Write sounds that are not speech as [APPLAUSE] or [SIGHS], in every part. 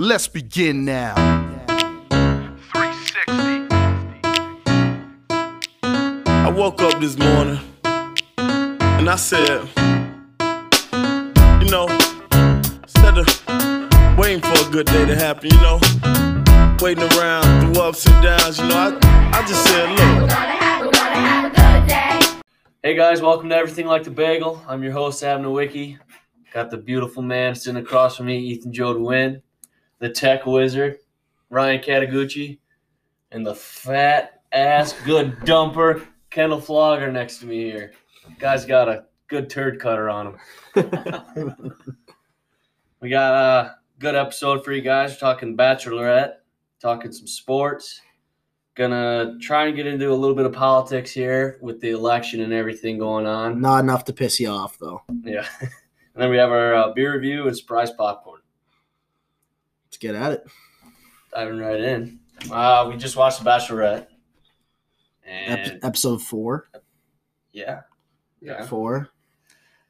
Let's begin now. 360. I woke up this morning and I said, you know, instead of waiting for a good day to happen, you know, waiting around through ups and downs, you know, I, I just said, look, Hey guys, welcome to Everything Like the Bagel. I'm your host, Ab Nowicki. Got the beautiful man sitting across from me, Ethan Joe DeWin, the tech wizard, Ryan Catagucci, and the fat ass good dumper, Kendall Flogger next to me here. Guy's got a good turd cutter on him. we got a good episode for you guys. We're talking Bachelorette, talking some sports gonna try and get into a little bit of politics here with the election and everything going on. Not enough to piss you off, though. Yeah, [LAUGHS] and then we have our uh, beer review and surprise popcorn. Let's get at it. Diving right in. Uh, we just watched The Bachelorette, Ep- and episode four. yeah, yeah, Four.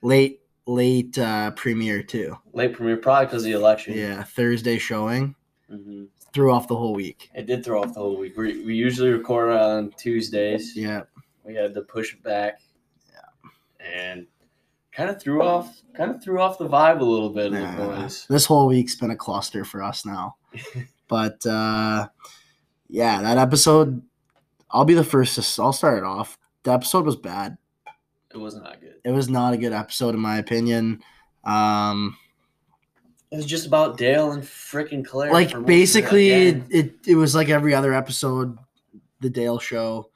Late, late uh, premiere, too. late premiere probably because of the election. Yeah, Thursday showing. hmm Threw off the whole week. it did throw off the whole week. We, we usually record on Tuesdays. Yeah. We had to push it back. Yeah, and kind of threw off, kind of threw off the vibe a little bit of the Nah, boys. this whole week's been a cluster for us [LAUGHS] now. but uh, yeah, that episode, I'll be the first to, I'll start it off. The episode was bad. It was not good. It was not a good episode, in my opinion. Um, It was just about Dale and freaking Claire. for like once basically it, again. it it was like every other episode the dale show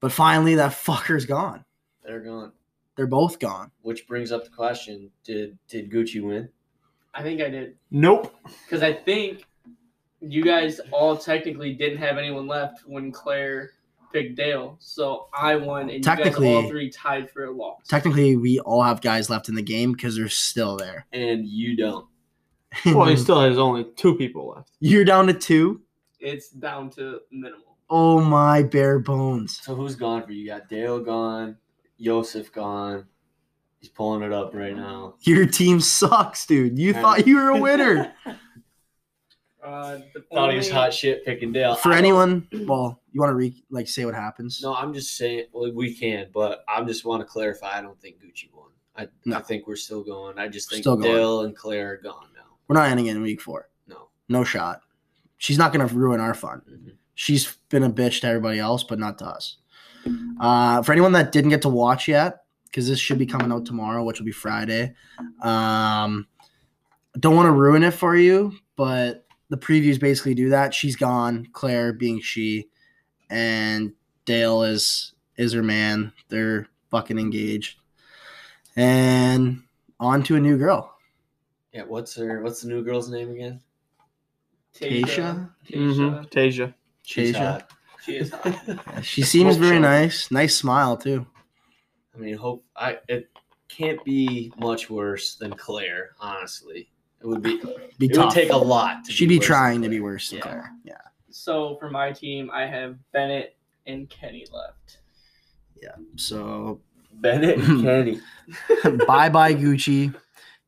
but finally that fucker's gone they're gone. they're both gone Which brings up the question: Did did Gucci win? I think I did nope because I think you guys all technically didn't have anyone left when Claire picked Dale, so I won, and Technically- you guys all three tied for a loss. technically we all have guys left in the game because they're still there [LAUGHS] And you don't. Well, he still has only two people left. you're down to two. it's down to minimal. Oh my bare bones So who's gone for you? You got Dale gone, Yosef gone. He's pulling it up right now. your team sucks dude you Yeah. thought you were [LAUGHS] a winner Uh, the Thought he was only- hot shit picking Dale. for I don't- anyone well you want to re like say what happens No, I'm just saying well, we can, but I just want to clarify. I don't think Gucci won. I, I No. think we're still going. I just think Still going. Dale and Claire are gone now. we're not ending it in week four No. no shot she's not gonna ruin our fun Mhm. she's been a bitch to everybody else, but not to us. Uh, for anyone that didn't get to watch yet, because this should be coming out tomorrow, which will be Friday. Um, don't want to ruin it for you, but the previews basically do that. She's gone, Claire being she, and Dale is is her man. They're fucking engaged, and on to a new girl, Yeah. What's her? What's the new girl's name again? Taysha. Tasha. Taysha. Mm-hmm. Mhm. Tasia. She's Tasia. hot. She is hot. [LAUGHS] She seems Smoke very show. nice. Nice smile too. I mean, hope I it can't be much worse than Claire. Honestly, it would be. Be it would tough. take a lot. to She'd be worse trying than to be Claire. worse than Yeah. Claire. Yeah. So for my team, I have Bennett and Kenny left. So [LAUGHS] Bennett Hmm. and Kenny. bye bye Gucci.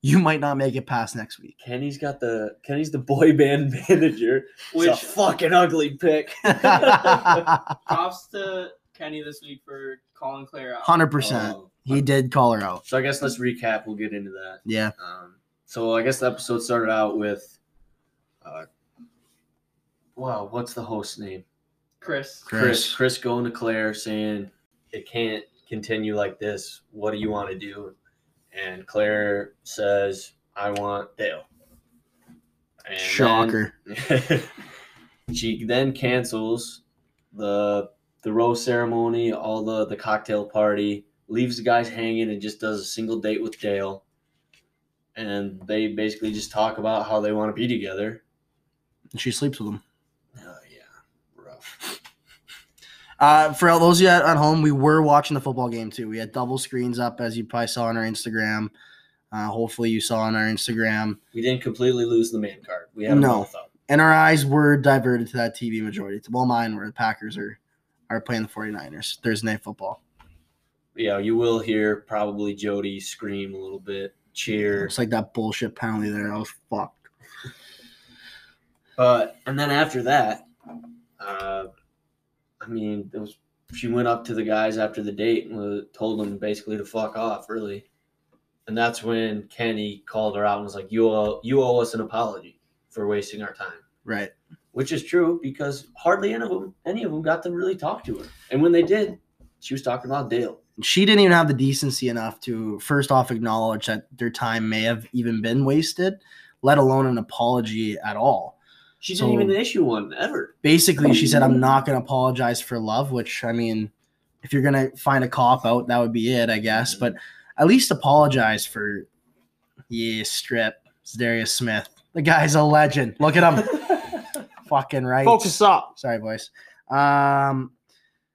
You might not make it past next week. [LAUGHS] Kenny's got the Kenny's the boy band [LAUGHS] manager, which Which- is a fucking ugly [LAUGHS] pick. Hundred Props to Kenny this week for calling Claire out. percent. Um, He did call her out. so I guess let's recap. We'll get into that. Yeah. Um, so I guess the episode started out with. Uh, wow, what's the host's name? Chris. Chris, Chris. Chris going to Claire saying it can't continue like this. What do you want to do? And Claire says, I want Dale. And then- Shocker. [LAUGHS] she then cancels the the rose ceremony, all the the cocktail party, leaves the guys hanging, and just does a single date with Dale. And they basically just talk about how they want to be together. And she sleeps with him. Oh yeah, rough. Uh, for all those of you at at home, we were watching the football game too. We had double screens up, as you probably saw on our Instagram. Uh, hopefully, you saw on our Instagram. We didn't completely lose the man card. We had them No. both up. And our eyes were diverted to that TV majority. Well, mine were the Packers are are playing the 49ers Thursday night football. yeah, you will hear probably Jody scream a little bit, cheer. It's like that bullshit penalty there. I was fucked. But and then after that, uh, I mean, it was, she went up to the guys after the date and was, told them basically to fuck off, really. And that's when Kenny called her out and was like, "You owe you owe us an apology for wasting our time," Right. which is true because hardly any of them any of them got to really talk to her. And when they did, she was talking about Dale. She didn't even have the decency enough to first off acknowledge that their time may have even been wasted, let alone an apology at all. She So- didn't even issue one ever. [LAUGHS] Basically, she said, I'm not going to apologize for love, which I mean, if you're going to find a cop out, that would be it, I guess. But at least apologize for, yeah, strip, It's Darius Smith. The guy's a legend. Look at him. Fucking right. Focus up. Sorry, boys. Um,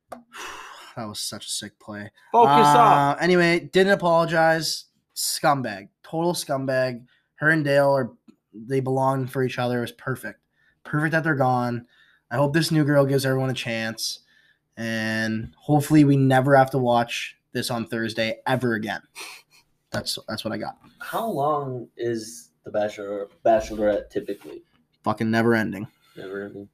that was such a sick play. Focus up. Uh, Anyway, didn't apologize. Scumbag, total scumbag. Her and Dale are they belong for each other. It was perfect, perfect that they're gone. I hope this new girl gives everyone a chance, and hopefully we never have to watch this on Thursday ever again. That's that's what I got. How long is the bachelor bachelorette typically? Fucking never ending. Never even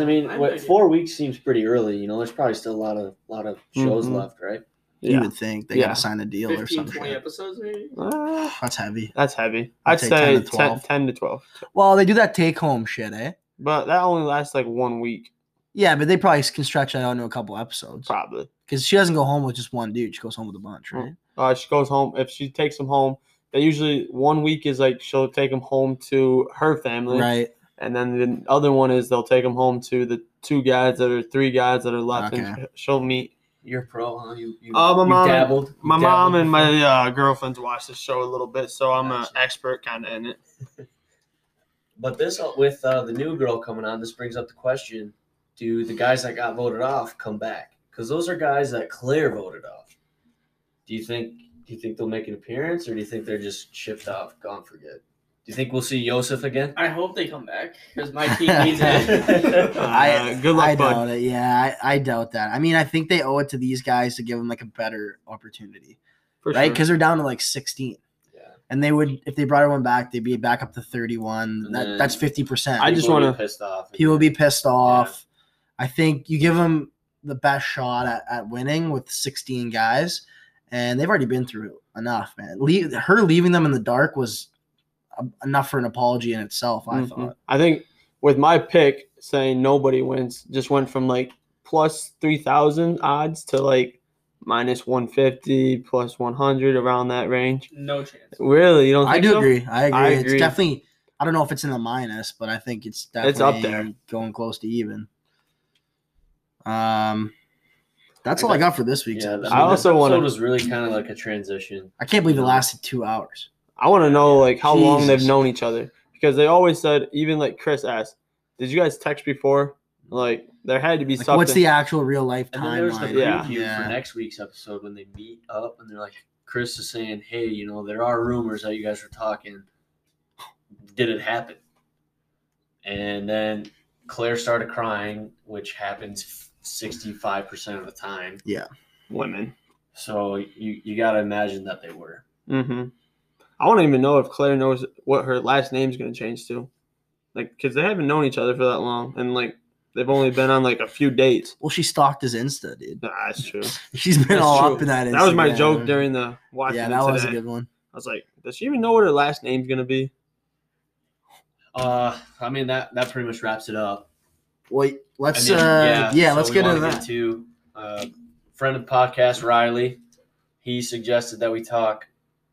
Because Um, I mean, what, four weeks seems pretty early. You know, there's probably still a lot of lot of shows Mhm. left, right? You Yeah. would think they Yeah. gotta sign a deal or 15, 20 something. episodes maybe. Uh, That's heavy. that's heavy. I'd I'd say say 10 10 to 10, 12. to 12. Well, they do that take home shit, eh? But that only lasts like one week, Yeah, but they probably can stretch that out into a couple episodes probably. because she doesn't go home with just one dude. She goes home with a bunch, Mm. right? Uh, she goes home. If she takes him home, they usually one week is like she'll take him home to her family. Right. And then the other one is they'll take him home to the two guys that are three guys that are left, and sh- she'll meet. You're pro, huh? You you, Uh, my you mom- dabbled. You My mom dabbled and before? my uh, girlfriend's watched this show a little bit, so I'm an Gotcha. expert kind of in it. But this uh, with uh, the new girl coming on, this brings up the question: Do the guys that got voted off come back? Because those are guys that Claire voted off. Do you think? Do you think they'll make an appearance, or do you think they're just shipped off, gone for good? Do you think we'll see Yosef again? I hope they come back because my [LAUGHS] team needs it. [LAUGHS] Uh, I- good luck, I bud. doubt it. Yeah, I, I doubt that. I mean, I think they owe it to these guys to give them like a better opportunity, For right? sure. Because they're down to like 16. Yeah. And they would, if they brought everyone back, they'd be back up to 31. And That, then- that's 50%. Mm. I just People wanna- get pissed off. people would be pissed off. I think you give them the best shot at, at winning with 16 guys, and they've already been through enough, man. Leave, her leaving them in the dark was um, enough for an apology in itself, I Mhm. thought. I think with my pick saying nobody wins just went from like plus 3,000 odds to like minus 150, plus 100 around that range. no chance. Really? You don't I think do so? agree. I agree. I It's agree. definitely, I don't know if it's in the minus, but I think it's definitely It's up there. going close to even. Um, that's all I got for this week's Yeah, episode. I also wanna- It was really kind of like a transition. I can't believe it lasted two hours. I want to know like how long they've Jesus. known each other because they always said, even like Chris asked, did you guys text before? Like there had to be Like, something. what's the actual real life And then there's the timeline? preview Yeah. for next week's episode when they meet up and they're like, Chris is saying, hey, you know, there are rumors that you guys were talking. Did it happen? And then Claire started crying, which happens 65% of the time. women? So you, you got to imagine that they were. hmm I want to even know if Claire knows what her last name's going to change to. Like, because they haven't known each other for that long and like they've only been on like a few dates. Well, she stalked his Insta, dude. [LAUGHS] Nah, that's true. She's been That's all true. up in that. That was my Instagram. joke during the watching Yeah, yeah, that today. was a good one. I was like, does she even know what her last name's gonna be? Uh, I mean, that, that pretty much wraps it up. Wait, let's And then, uh, yeah, so let's we get into wanna that. into, uh, friend of the podcast, Riley, he suggested that we talk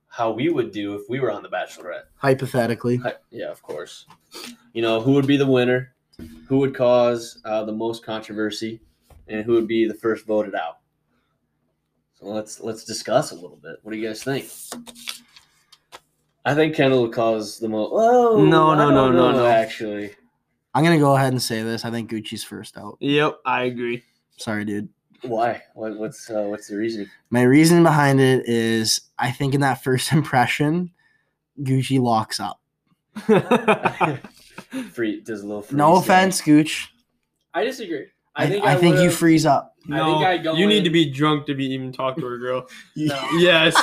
how we would do if we were on The Bachelorette. [LAUGHS] Hypothetically, Hi- Yeah, of course. You know, who would be the winner? Who would cause uh, the most controversy? And who would be the first voted out? So let's let's discuss a little bit. What do you guys think? I think Kendall would cause the most. Oh No, I no, don't no, no, know, no. Actually, I'm gonna go ahead and say this. I think Gucci's first out. Yep, I agree. [LAUGHS] Sorry, dude. why? What, what's uh, what's the reason? My reason behind it is I think in that first [LAUGHS] impression, Gucci locks up. I Free does a little. No freeze there. offense, Gooch. I disagree. I, I think, you would've- freeze up. I think I go you need in- to be drunk to be even talk to her, girl. [LAUGHS] No. yes,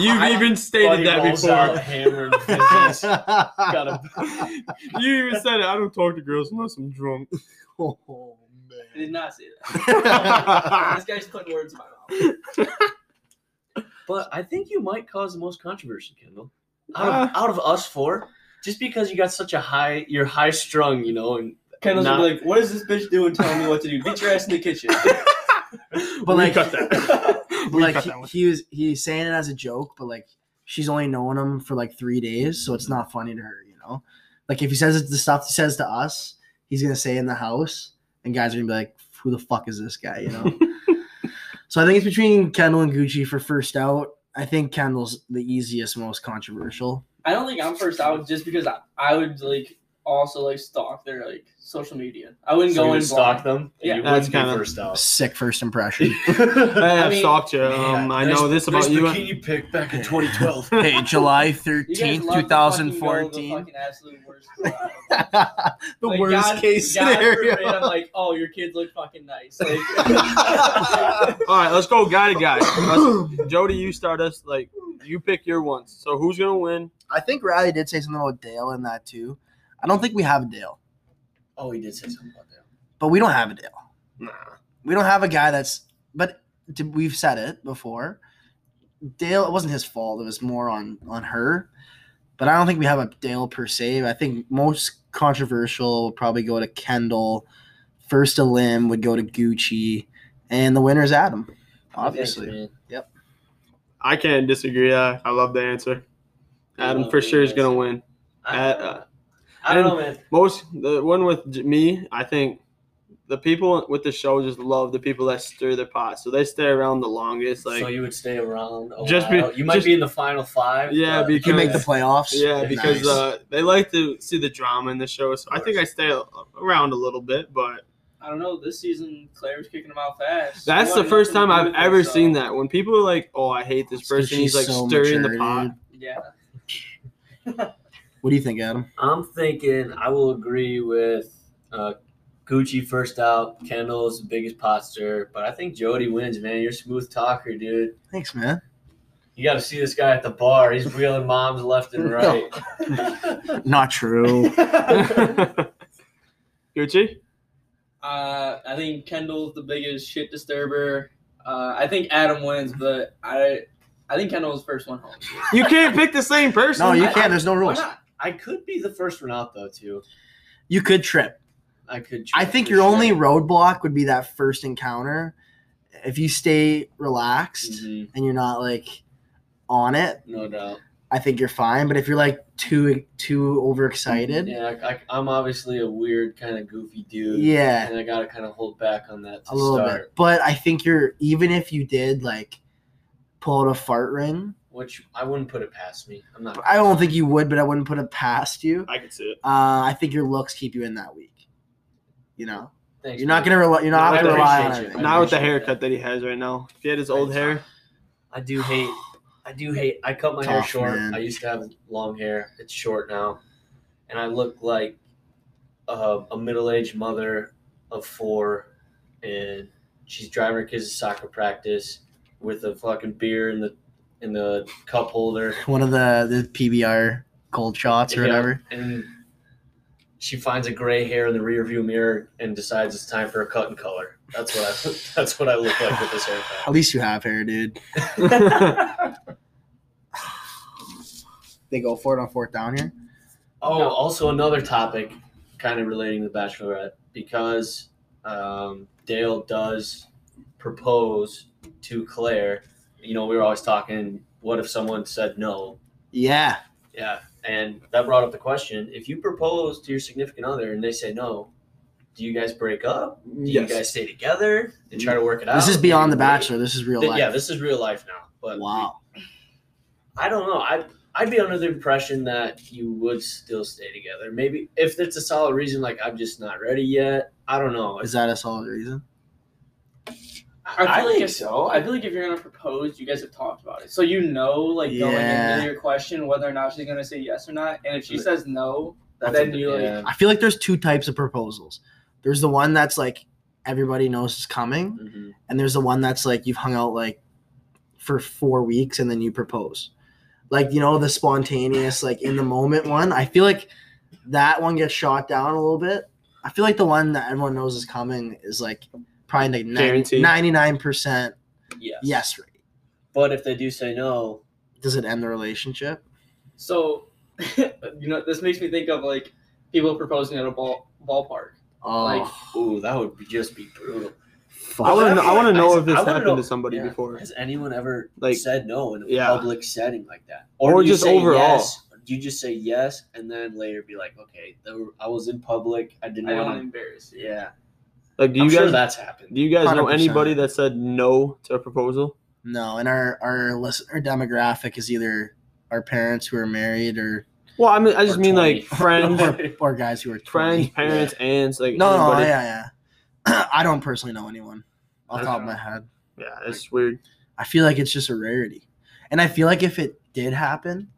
you've I- even stated that rolls out before. hammered [LAUGHS] fist. Got a you even said it. I don't talk to girls unless I'm [LAUGHS] drunk. oh I did not say that. I this guy's putting words in my mouth. But I think you might cause the most controversy, Kendall. Out of, Uh. out of us four, just because you got such a high, you're high strung, you know, and Kendall's gonna Not- be like, "What is this bitch doing? Telling me [LAUGHS] what to do? Get your ass in [LAUGHS] the kitchen." But like, cut [LAUGHS] that. but We like cut he, that one. he was he's saying it as a joke, but like she's only known him for like three days, so it's not funny to her, you know. Like if he says it, the stuff he says to us, he's gonna say in the house, and guys are gonna be like, "Who the fuck is this guy?" You [LAUGHS] know. so I think it's between Kendall and Gucci for first out. I think Kendall's the easiest, most controversial. I don't think I'm first out just because I, I would like also like stalk their like social media. I wouldn't so go you in would stalk blind. them. Yeah. and you That's wouldn't be kinda- first [LAUGHS] out. Sick first [LAUGHS] impression. have [LAUGHS] mean, stalked you. Um, I know this about you. Bikini pic back [LAUGHS] in 2012. hey, July You guys love to fucking go to The [LAUGHS] fucking absolute worst [LAUGHS] route. the Like, worst God- case God scenario. forbid I'm like, oh, your kids look fucking nice. Like, [LAUGHS] All right, let's go guy to [LAUGHS] guy. Let's- Jody, you start us. Like you pick your ones. So who's gonna win? I think Riley did say something about Dale in that too. I don't think we have Dale, oh, he did say something about that. but we don't have a Dale. Nah. We don't have a guy that's. But to, we've said it before. Dale, it wasn't his fault. It was more on on her. But I don't think we have a Dale per se. I think most controversial would probably go to Kendall. First a limb would go to Gucci, and the winner's Adam. Obviously, Thanks, man. I can't disagree. I, I love the answer. Adam for sure is gonna win. I, At- uh, I don't know, man. Most the one with j- me, I think the people with the show just love the people that stir the pot. So they stay around the longest. Like so you would stay around. A Just just be- while. you might just- be in the final five. Yeah, but- you can make the playoffs. yeah, because Nice. uh, they like to see the drama in the show. So I think I stay a- around a little bit, but I don't know. This season, Claire's kicking them out fast. that's You the want first nothing time to do I've with it, ever so- seen that. When people are like, "Oh, I hate this It's 'cause person," he's she's like so stirring the mature, pot. dude. Yeah. What do you think, Adam? I'm thinking I will agree with uh, Gucci first out. Kendall's the biggest potster, but I think Jody wins, man. You're a smooth talker, dude. Thanks, man. You got to see this guy at the bar. He's wheeling moms left and [LAUGHS] right. [LAUGHS] Not [LAUGHS] true. Gucci, Uh, I think Kendall's the biggest shit disturber. Uh, I think Adam wins, but I, I think Kendall's first one home. you can't pick the same person. no, you can't. There's no Why rules. not? I could be the first one out though, too. You could trip. I could. I try think for your sure. only roadblock would be that first encounter. If you stay relaxed Mhm, and you're not like on it, no doubt. I think you're fine. But if you're like too too overexcited, yeah, Yeah, I, I, I'm obviously a weird kind of goofy dude. and I gotta kind of hold back on that to a little start. bit. But I think you're even if you did like pull out a fart ring, Which I wouldn't put it past me. I'm not. I don't think you would, but I wouldn't put it past you. I can see it. Uh, I think your looks keep you in that week. You know, Thanks, you're not man. gonna rely. You're No, not I gonna rely on appreciate you. anything. Not with the appreciate haircut that he has right now. If he had his old hair, I do hate. I do hate. I cut my hair Tough, short. man. I used to have long hair. It's short now, and I look like a, a middle-aged mother of four, and she's driving her kids to soccer practice with a fucking beer in the in the cup holder, One of the the PBR cold shots or Yeah. whatever. and she finds a gray hair in the rearview mirror and decides it's time for a cut and color. That's what I. [LAUGHS] That's what I look like with this haircut. At least you have hair, dude. They go for it on fourth down here. Oh, No. also another topic, kind of relating to Bachelorette, because um, Dale does propose to Claire. You know, we were always talking, what if someone said no? Yeah, Yeah, and that brought up the question: if you propose to your significant other and they say no, do you guys break up? Do you guys stay together and try to work it out? this is Do beyond you the wait? Bachelor. This is real Th- life. Yeah, this is real life now. But wow. I don't know. I I'd be under the impression that you would still stay together. Maybe if it's a solid reason, like I'm just not ready yet. I don't know. Is that a solid reason? I feel I, I like think if- so. I feel like if you're gonna propose, you guys have talked about it, so you know, like going Yeah. into your question whether or not she's gonna say yes or not, and if she says no, That's then a- you like yeah. I feel like there's two types of proposals. There's the one that's like everybody knows is coming, Mhm. and there's the one that's like you've hung out like for four weeks and then you propose. Like, you know, the spontaneous, like in the moment one. I feel like that one gets shot down a little bit. I feel like the one that everyone knows is coming is like probably like 90, Guaranteed. 99% Yeah. yes rate. But if they do say no, Does it end the relationship? So, [LAUGHS] you know, this makes me think of like people proposing at a ball ballpark. Oh, Like, ooh, that would be- just be brutal. fuck. I want to. I want to know I- if this I wanna happened know- to somebody yeah. before. Has anyone ever Like- said no in a Yeah. public setting like that, Or do you just say overall. yes- do you just say yes and then later be like, okay, there were- I was in public, I didn't I don't want to want embarrass to. you. Yeah, Like, do you I'm guys? sure that's happened. do you guys know 100%. anybody that said no to a proposal? No, and our our listener demographic is either our parents who are married or Well, I mean, I just Or mean 20. like friends, [LAUGHS] [LAUGHS] or, or guys who are 20. friends, parents, aunts. Like No, no, anybody. yeah, yeah. [CLEARS THROAT] I don't personally know anyone off the top of my head. yeah, it's weird. I feel like it's just a rarity, and I feel like if it did happen,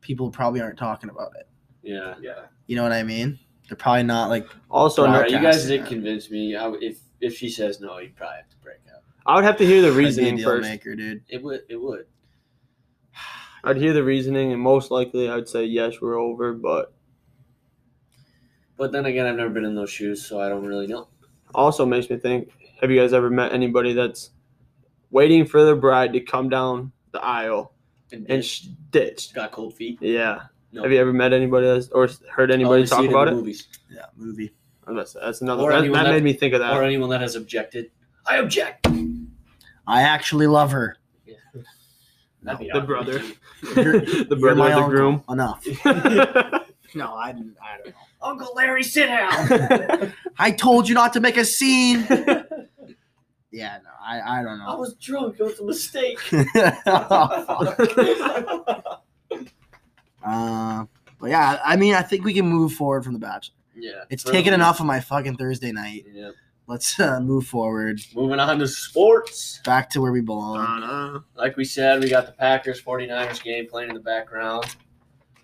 people probably aren't talking about it. Yeah. Yeah. You know what I mean? They're probably not like Also, All no, right, you guys Broadcasting did that. convince me. I, if if she says no, you probably have to break up. I would have to hear the I'd be a reasoning deal first. maker, dude. It would. It would. I'd hear the reasoning, and most likely, I'd say yes, we're over. But But then again, I've never been in those shoes, so I don't really know. also makes me think: Have you guys ever met anybody that's waiting for their bride to come down the aisle and she sh- ditched? got cold feet. Yeah. No. Have you ever met anybody that's, or heard anybody Only see talk in about the it? Movies. Yeah, movie. That's, that's another. Or That, anyone that that- made me think of that. [LAUGHS] Or anyone that has objected. I object. I actually love her. That'd be the awkward, brother. too. the You're brother my of the uncle. groom. Enough. No, I, didn't- I don't know. Uncle Larry, sit down. I told you not to make a [LAUGHS] scene. Yeah, no, I, I don't I know. was drunk. It was [LAUGHS] a mistake. [LAUGHS] [LAUGHS] uh, but yeah, I mean, I think we can move forward from the Bachelor. yeah. It's so- taken enough of my fucking Thursday night. Yeah. Let's uh, move forward Moving on to sports. back to where we belong. [LAUGHS] Nah, nah. Like we said, we got the Packers 49ers game playing in the background.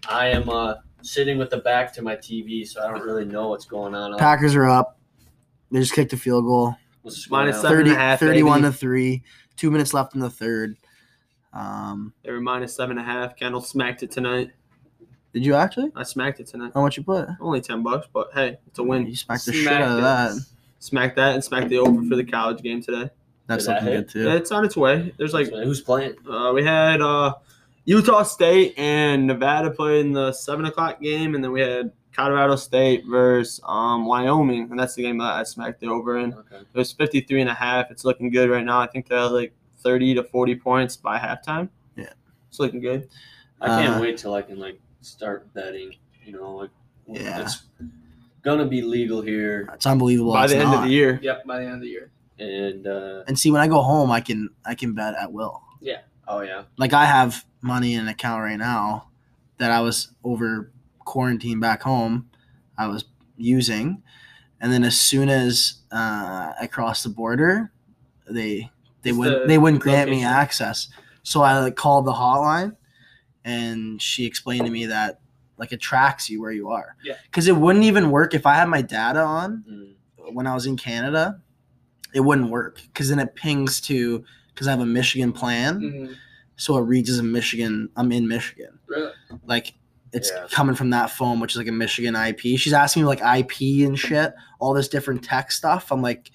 I am uh, sitting with the back to my TV, so I don't really know what's going on. I'll- Packers are up. They just kicked a field goal. what's going Minus on. seven. and a 30, half, 31 baby. to 3. Two minutes left in the third. Um, They were minus seven and a half. Kendall smacked it tonight. did you actually? I smacked it tonight. How much you put? Only ten bucks, but hey, it's a win. You smacked the shit Smacked out of that. it. Smack that and smack the over for the college game today. That's Did that looking hit? good too. It's on its way. There's like who's playing? uh, we had uh, Utah State and Nevada play in the seven o'clock game, and then we had Colorado State versus um, Wyoming, and that's the game that I smacked the over in. Okay. It was 53 and a half. It's looking good right now. I think they're like 30 to 40 points by halftime. Yeah. It's looking good. I can't Uh, wait till I can like start betting. You know, like Yeah. it's gonna be legal here, It's unbelievable. by it's the end of not. the year. Yep. By the end of the year. and uh, And see, when I go home, I can I can bet at will. oh yeah, Like I have money in an account right now that I was over quarantine back home, I was using, and then as soon as uh, I crossed the border, they they It's would the they wouldn't grant me location. access. So I like called the hotline, and she explained to me that like it tracks you where you are. Yeah. Because it wouldn't even work if I had my data on. Mm. when I was in Canada, it wouldn't work because then it pings to because I have a Michigan Hmm. plan, Mhm. so it reads as a Michigan. I'm in Michigan, Really? like it's Yeah. coming from that phone, which is like a Michigan IP. She's asking me like IP and shit, all this different tech stuff. I'm like,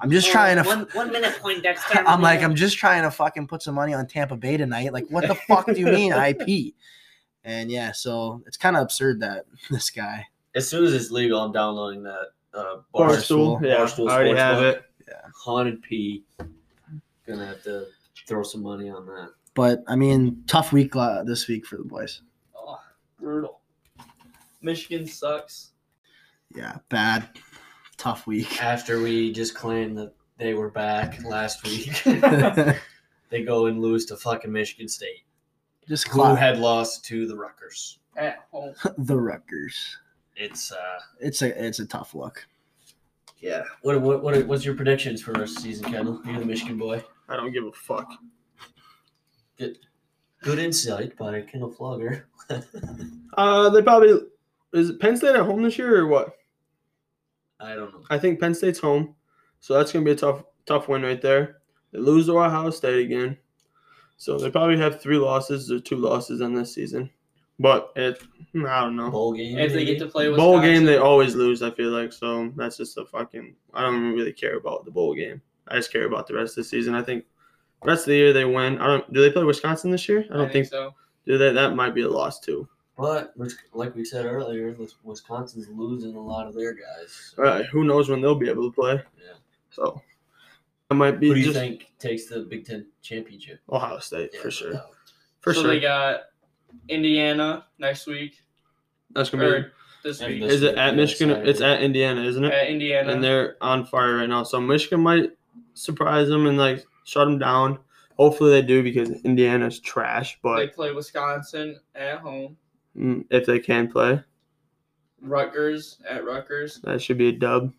I'm just trying to. f- Oh, one minute point Dexter. [LAUGHS] I'm like, I'm just trying to fucking put some money on Tampa Bay tonight. Like, what the fuck do you [LAUGHS] mean IP? And yeah, so it's kind of absurd that [LAUGHS] this guy. as soon as it's legal, I'm downloading that uh, Barstool. Barstool. Yeah, Barstool I already Sports have Book. it. haunted P. Gonna have to throw some money on that. But I mean, tough week uh, this week for the boys. Oh, brutal. Michigan sucks. Yeah, bad, [LAUGHS] tough week. [LAUGHS] After we just claimed that they were back last [LAUGHS] week, [LAUGHS] just they go and lose to fucking Michigan State, who clock had lost to the Rutgers. At home. [LAUGHS] [LAUGHS] the Rutgers. It's uh, It's a it's a tough look. yeah. What what what what's your predictions for the rest of the season, Kendall? You're the Michigan boy. I don't give a fuck. Good insight by Kendall Flogger. [LAUGHS] Uh, they probably is it Penn State at home this year or what? I don't know. I think Penn State's home. So that's gonna be a tough tough win right there. They lose to Ohio State again. So they probably have three losses or two losses on this season. But it I don't know. Bowl game. If they get to play Bowl game Wisconsin. they always lose, I feel like. So that's just a fucking I don't really care about the bowl game. I just care about the rest of the season. I think rest of the year they win. I don't do they play Wisconsin this year? I don't think so. do that that might be a loss too. But which- like we said earlier, Wis- Wisconsin's losing a lot of their guys. All right, Uh, who knows when they'll be able to play. Yeah. So that might be Who do you just think takes the Big Ten championship? Ohio State Yeah, for sure. no. For so sure. they got Indiana next week That's gonna be or this And week this- Is it at Yeah, Michigan? Saturday. It's at Indiana, isn't it? at Indiana. And they're on fire right now. So Michigan might surprise them and like shut them down. Hopefully they do because Indiana's trash. they But play Wisconsin at home. mm, if they can play, Rutgers at Rutgers that should be a dub.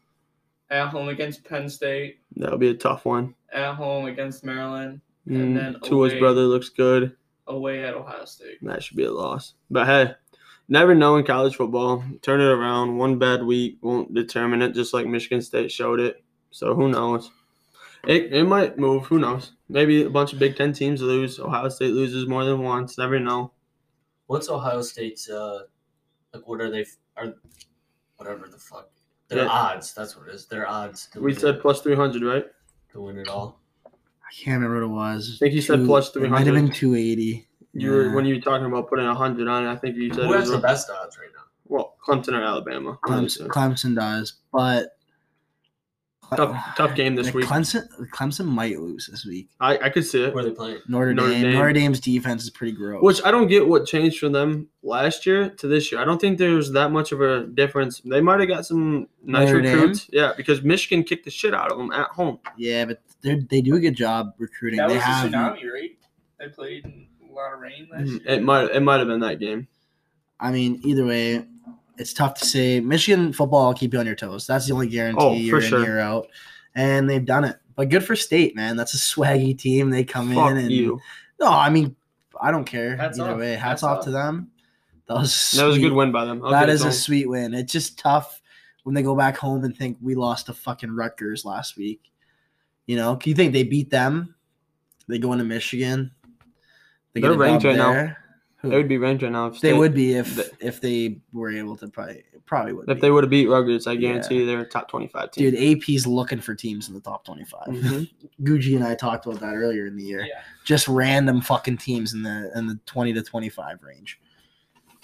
at home against Penn State That'll be a tough one. at home against Maryland Mm, And then Tua's away. brother looks good. away at Ohio State. That should be a loss. But hey, never know in college football. Turn it around. One bad week won't determine it, just like Michigan State showed it. So who knows? It, it might move. Who knows? Maybe a bunch of Big Ten teams lose. Ohio State loses more than once. Never know. What's Ohio State's uh like what are they f- are whatever the fuck. Their Yeah. odds, that's what it is. Their odds to We win said it, plus 300, right? to win it all. I can't remember what it was. I think you said plus It might have 300. been 280. You were when you were talking about putting 100 on it. I think you said Who it was has the best odds right now? well, Clemson or Alabama. Clemson, Clemson does, but uh, Tough- tough game this Like, week. Clemson, Clemson might lose this week. I, I could see it. Who are they playing? Notre, Notre Dame, Dame. Notre Dame's defense is pretty gross. Which I don't get what changed from them last year to this year. I don't think there was that much of a difference. They might have got some nice Notre Dame? recruits. Yeah, because Michigan kicked the shit out of them at home. yeah, but they they do a good job recruiting. That they was a have. tsunami, right? They played in a lot of rain last year. It might it might have been that game. I mean, either way, it's tough to say. Michigan football will keep you on your toes. That's the only guarantee Oh, for year sure. in year out, and they've done it. But good for state, man. That's a swaggy team. They come Fuck in and you. no, I mean, I don't care. Hats either off. way, hats, Hats off, off. to them. That was That was a sweet. good win by them. I'll That give it is to a 'em. sweet win. It's just tough when they go back home and think we lost to fucking Rutgers last week. You know, can you think they beat them? They go into Michigan. They They're a ranked dub right now. Who- They would be ranked right now. If They they- would be if They- if they were able to probably probably would. if be. they would have beat Rutgers. I Yeah. guarantee they're a top twenty five team. Dude, AP's looking for teams in the top 25. Mhm. [LAUGHS] Gucci and I talked about that earlier in the year. Yeah. Just random fucking teams in the in the 20 to 25 range.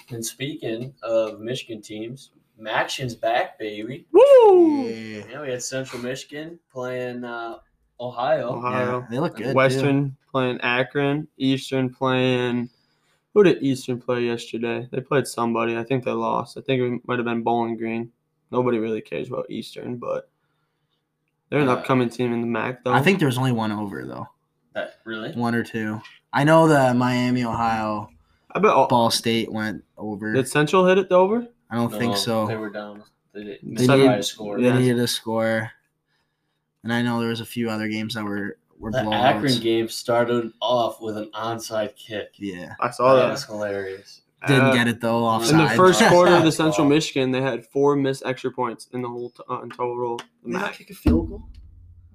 And speaking of Michigan teams, Maction's back, baby. Woo! Yeah. Yeah, we had Central Michigan playing uh, Ohio. Ohio. Yeah, They look good. too. Western playing Akron, Eastern playing. Who did Eastern play yesterday? They played somebody. I think they lost. I think it might have been Bowling Green. Nobody really cares about Eastern, but they're an Uh, upcoming team in the MAC, though. I think there's only one over though. That- really? one or two. I know the Miami, Ohio, I bet all, Ball State went over. did Central hit it over. I don't think No, Oh, They so. were down. They did They missed by need- a score. They yeah. needed a score, and I know there was a few other games that were were The blowouts. Akron game started off with an onside kick. Yeah, I saw that Oh, that. was hilarious. didn't Uh, get it though. Offside. In the first Offsides. [LAUGHS] quarter of the Offsides. Central Michigan, they had four missed extra points in the whole t- uh, in total. MAC. kick a field goal.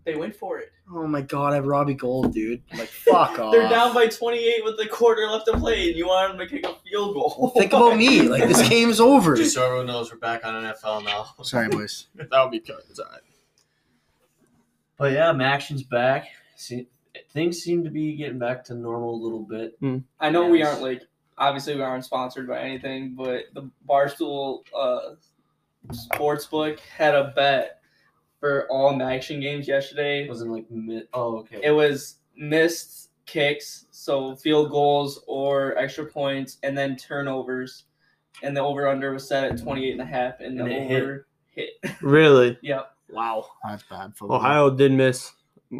They went for it. Oh my god, I have Robbie Gold, dude. [LAUGHS] Like fuck off. They're down by 28 with a quarter left to play, and you want them to kick a field goal. Think about me. Like this [LAUGHS] game's over. Just so everyone knows, we're back on NFL now. Sorry, boys. That'll be cut. It's all right. [LAUGHS] But yeah, Maction's back. See, things seem to be getting back to normal a little bit. I know we Yes. aren't like obviously we aren't sponsored by anything, but the Barstool uh, Sportsbook had a bet for all the action games It yesterday. wasn't like mid. Oh, okay. It was missed kicks, so field goals or extra points, and then turnovers. And the over under was set at 28 and a half, and the And it hit. over hit. Really, yep. Wow, that's bad football. Ohio did miss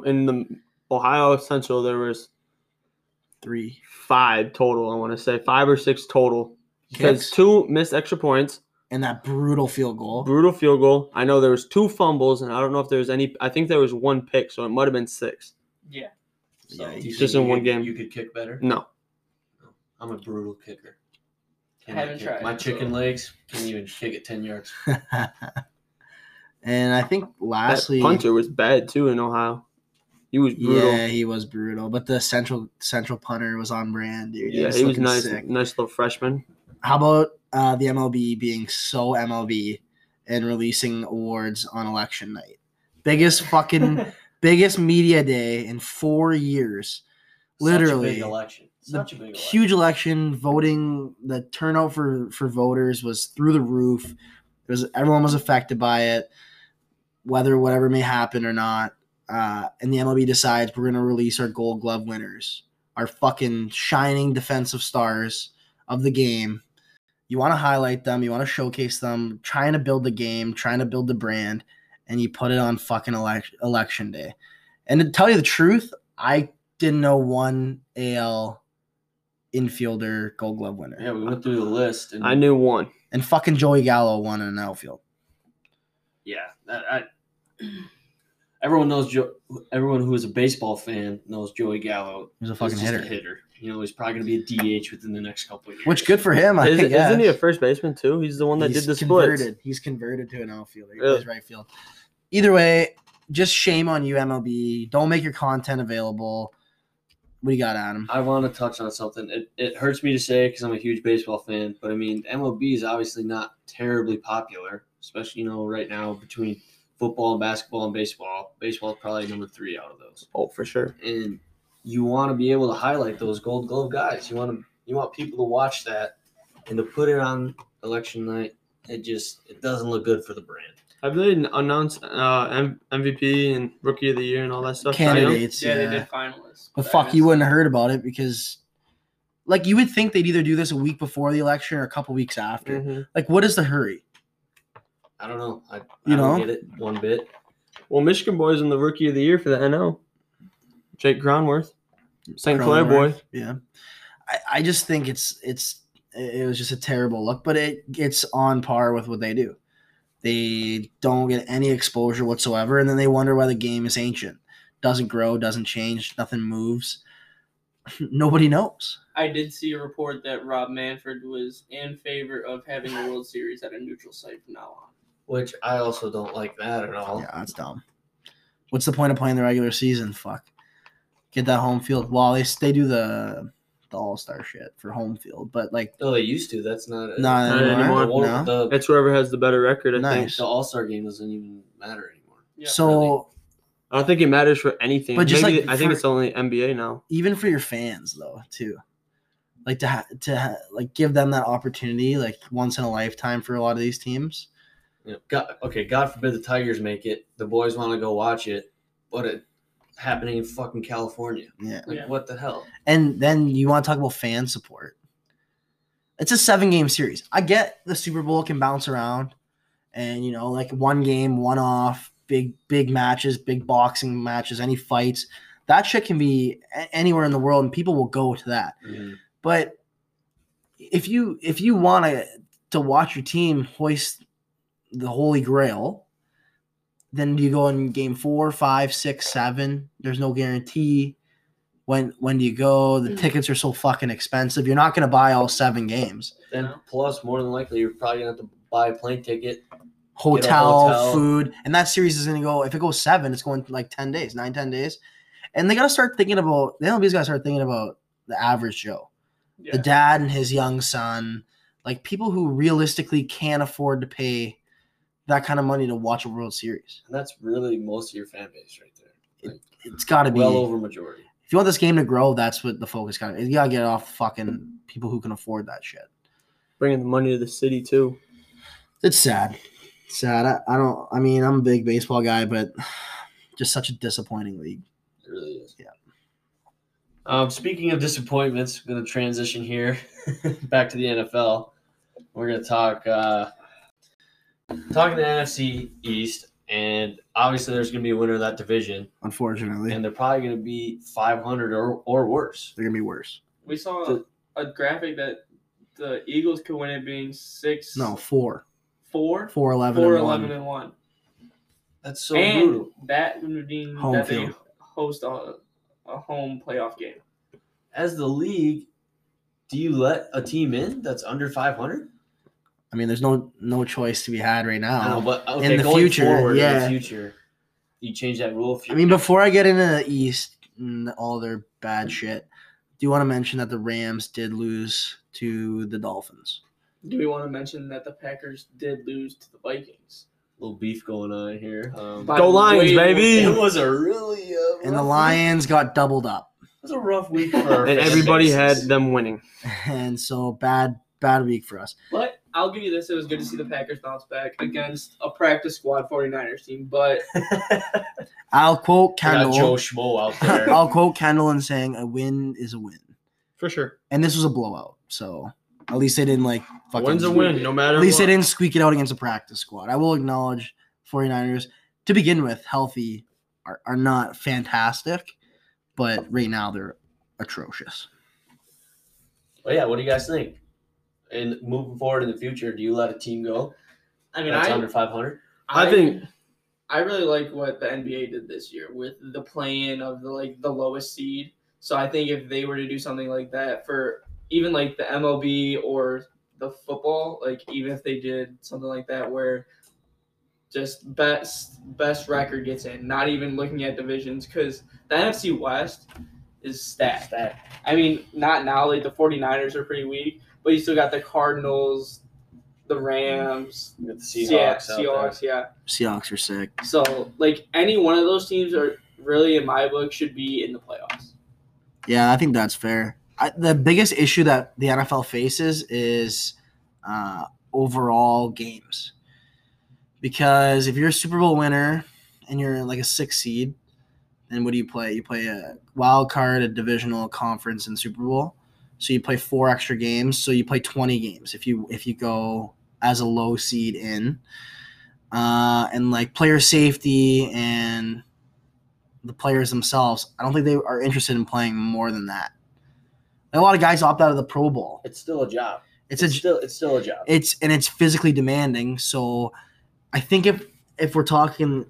in the Ohio Central. There was three. five total. I want to say five or six total because Kicks. two missed extra points, And that brutal field goal. brutal field goal. I know there was two fumbles, and I don't know if there was any. I think there was one pick, so it might have been six. Yeah. So, Yeah, do you just think in you one could- game. You could kick better. Mm. No, I'm a brutal kicker. I haven't kick- tried, My chicken so- legs can even kick it ten yards. [LAUGHS] And I think That lastly, punter was bad too in Ohio. He was brutal. yeah, Yeah, he was brutal. But the central central punter was on brand, dude. he was looking nice, sick. nice little freshman. How about uh, the MLB being so MLB and releasing awards on election night? Biggest fucking [LAUGHS] biggest media day in four years. Such a Literally, big election. Such a big election. huge election. Voting, the turnout for for voters was through the roof. It was everyone was affected by it, whether whatever may happen or not. Uh, and the MLB decides we're gonna release our Gold Glove winners, our fucking shining defensive stars of the game. You want to highlight them. You want to showcase them. Trying to build the game. Trying to build the brand, and you put it on fucking election election day. And to tell you the truth, I didn't know one AL infielder Gold Glove winner. Yeah, we went through the list and I knew one. And fucking Joey Gallo won in an outfield. yeah, that, I, [CLEARS THROAT] everyone knows Joe. Everyone who is a baseball fan knows Joey Gallo. He was a is fucking just hitter. A hitter. You know, he's probably going to be a DH within the next couple of years. Which good for him, I Is, guess. isn't he a first baseman too? He's the one that He's did the converted. splits. He's converted to an outfielder. He Really? plays right field. Either way, just shame on you, MLB. Don't make your content available. What do you got, Adam? I want to touch on something. It, it hurts me to say because I'm a huge baseball fan, but I mean, MLB is obviously not terribly popular, especially you know right now between football, basketball, and baseball. Baseball is probably number three out of those. Oh, for sure. and you want to be able to highlight those gold glove guys you want to you want people to watch that and to put it on election night it just it doesn't look good for the brand Have they announced uh, M- MVP and Rookie of the Year and all that stuff? Cy Young? Candidates. Yeah, Yeah, they did finalists. But I fuck, guess- you wouldn't have heard about it because, like, you would think they'd either do this a week before the election or a couple weeks after. Mm. Mhm. Like, what is the hurry? i don't know i, You I don't know? get it one bit Well, Michigan boys in the Rookie of the Year for the NL. Jake Cronworth, St. Clair boy. Cronenworth, Yeah, I, I just think it's it's it was just a terrible look, but it it's on par with what they do. They don't get any exposure whatsoever, and then they wonder why the game is ancient, doesn't grow, doesn't change, nothing moves. [LAUGHS] Nobody knows. I did see a report that Rob Manfred was in favor of having the World Series at a neutral site from now on. which i also don't like that at all Yeah, that's dumb. What's the point of playing the regular season? Fuck, get that home field. Well, they they do the the All Star shit for home field, but like no Oh, they used to that's not a, not, Not anymore. anymore. the, one- No? the, It's whoever has the better record. I think. Nice. the all-star game doesn't even matter anymore Yeah, so. really. I don't think it matters for anything. But just Maybe like I think for- it's only NBA now. even for your fans though too like to ha- to ha- like give them that opportunity like once in a lifetime for a lot of these teams You know, God, okay god forbid the tigers make it the boys want to go watch it but it happening in fucking california yeah like Yeah. what the hell and then you want to talk about fan support it's a seven game series i get the super bowl can bounce around and you know like one game one off big big matches big boxing matches any fights that shit can be a- anywhere in the world and people will go to that but if you if you want to to watch your team hoist the holy grail then do you go in game four five six seven there's no guarantee when when do you go the tickets are so fucking expensive you're not going to buy all seven games And plus, more than likely, you're probably gonna have to buy a plane ticket. hotel, hotel. food and that series is going to go if it goes seven it's going like 10 days 9 10 days and they got to start thinking about the MLB's got to start thinking about the average joe yeah. the dad and his young son, like people who realistically can't afford to pay that kind of money to watch a World Series. And that's really most of your fan base right there. It's got to be. Well over majority. if you want this game to grow, that's what the focus got. to You got to get it off fucking people who can afford that shit. Bringing the money to the city too. It's sad. Sad. I, I don't. I mean, I'm a big baseball guy, but [SIGHS] just such a disappointing league. It really is. Yeah. Um, speaking of disappointments, I'm gonna transition here [LAUGHS] back to the NFL. We're gonna talk uh, talking the NFC East, and obviously, there's gonna be a winner of that division, Unfortunately, and they're probably gonna be 500 or or worse. they're gonna be worse. we saw a graphic that the Eagles could win it being six, No, four, four, four, eleven, four, and one. 11 and one. That's so and brutal. that would mean Home that they field. host a, a home playoff game. As the league, do you let a team in that's under 500? I mean, there's no no choice to be had right I know, now. but okay, in the going future, forward, in yeah. the future, you change that rule. If I you, mean, before I get into the East and all their bad shit, I do want to mention that the Rams did lose to the Dolphins. Do we want to mention that the Packers did lose to the Vikings? little beef going on here. Um, By Go Lions, way- baby! it was a really uh, rough And the week. Lions got doubled up. [LAUGHS] It was a rough week for our And fan everybody had [LAUGHS] bases. them winning. And so bad bad week for us. But I'll give you this. It was good to see the Packers bounce back against a practice squad 49ers team. But I'll quote We got Joe Kendall. Schmo [LAUGHS] out there. I'll quote Kendall and saying a win is a win. For sure. And this was a blowout, so at least they didn't like fucking Win's a win, no matter At least what. they didn't squeak it out against a practice squad. I will acknowledge 49ers to begin with, healthy are, are not fantastic, but right now they're atrocious. But yeah, what do you guys think? And moving forward in the future, do you let a team go I mean, that's I, under 500? I think I really like what the NBA did this year with the play-in of the like the lowest seed. So I think if they were to do something like that for even like the MLB or the football, like even if they did something like that where just best best record gets in, not even looking at divisions because the NFC West is stacked. I mean, not now like the 49ers are pretty weak, but you still got the Cardinals, the Rams, You got the Seahawks. yeah, out there. Seahawks yeah. Seahawks are sick. So, like any one of those teams are really, in my book, should be in the playoffs. Yeah, I think that's fair. I, the biggest issue that the NFL faces is uh, overall games. Because if you're a Super Bowl winner and you're like a six seed, then what do you play? You play a wild card, a divisional, a conference, and Super Bowl. So you play four extra games. So you play twenty games if you if you go as a low seed in, uh, and like player safety and the players themselves. I don't think they are interested in playing more than that. A lot of guys opt out of the Pro Bowl. It's still a job. It's It's, a still it's still a job. it's and it's physically demanding. So I think if if we're talking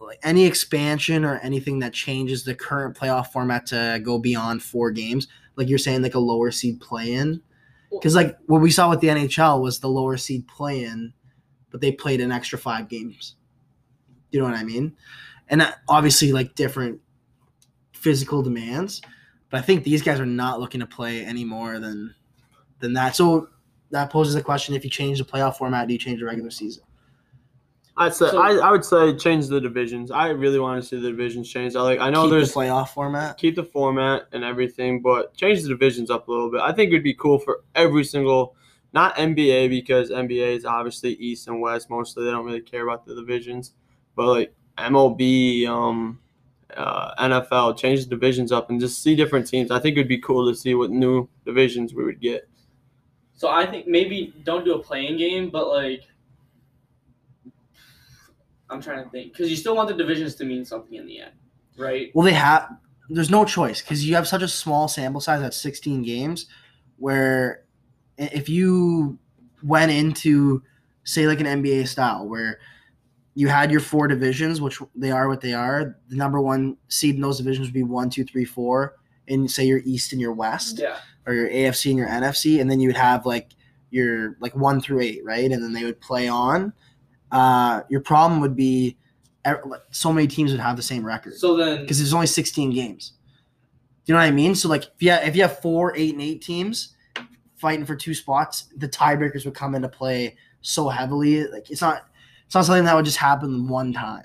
like any expansion or anything that changes the current playoff format to go beyond four games, like you're saying, like a lower seed play in, because like what we saw with the NHL was the lower seed play in, but they played an extra five games. You know what I mean? And that obviously, like different physical demands, but I think these guys are not looking to play any more than than that. So that poses the question: if you change the playoff format, do you change the regular season? I'd say So- I, I would say change the divisions. I really want to see the divisions change. I like I know Keep there's the playoff format. keep the format and everything, but change the divisions up a little bit. I think it'd be cool for every single, not NBA because NBA is obviously East and West mostly. They don't really care about the divisions, but like MLB, um, uh, NFL, change the divisions up and just see different teams. I think it'd be cool to see what new divisions we would get. So I think maybe don't do a playing game, but like I'm trying to think because you still want the divisions to mean something in the end, right? Well, they have. There's no choice because you have such a small sample size at 16 games, where i- if you went into say like an NBA style where you had your four divisions, which they are what they are, the number one seed in those divisions would be one, two, three, four, and say your East and your West. Yeah. or your AFC and your NFC, and then you would have like your like one through eight, right? And then they would play on. Uh, your problem would be ev- like, so many teams would have the same record So then, because there's only 16 games. Do you know what I mean? So like, if you have, if you have four, eight, and eight teams fighting for two spots, the tiebreakers would come into play so heavily. Like it's not it's not something that would just happen one time.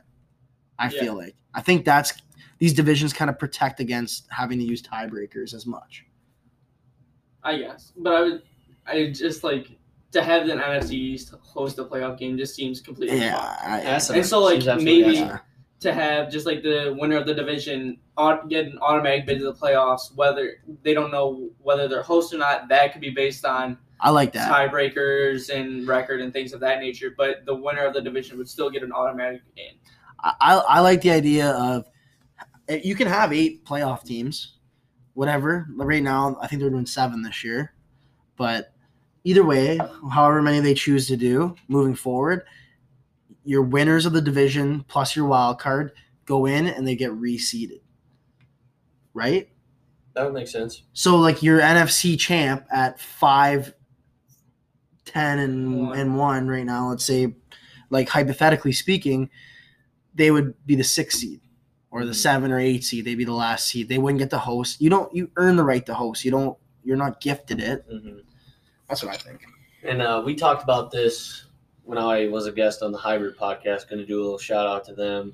I Yeah. feel like I think that's these divisions kind of protect against having to use tiebreakers as much. I guess, but I would, I just like to have the NFC East host a playoff game just seems completely Yeah, fucked. I- And so, like, Seems absolutely maybe- asinine. to have just like the winner of the division au- get an automatic bid to the playoffs, whether they don't know whether they're host or not. That could be based on I like that. tiebreakers and record and things of that nature. But the winner of the division would still get an automatic in. I, I I like the idea of eh, you can have eight playoff teams, whatever. But right now, I think they're doing seven this year. But either way, however many they choose to do moving forward, your winners of the division plus your wild card go in and they get reseeded, right? that would make sense. So like your NFC champ at five ten and One. and one right now, let's say, like hypothetically speaking, they would be the sixth seed or the seven or eight seed. They'd be the last seed. They wouldn't get to host. You don't. You earn the right to host. You don't. You're not gifted it. Mm-hmm. That's what I think. And uh, we talked about this when I was a guest on the Hybrid podcast. Going to do a little shout out to them.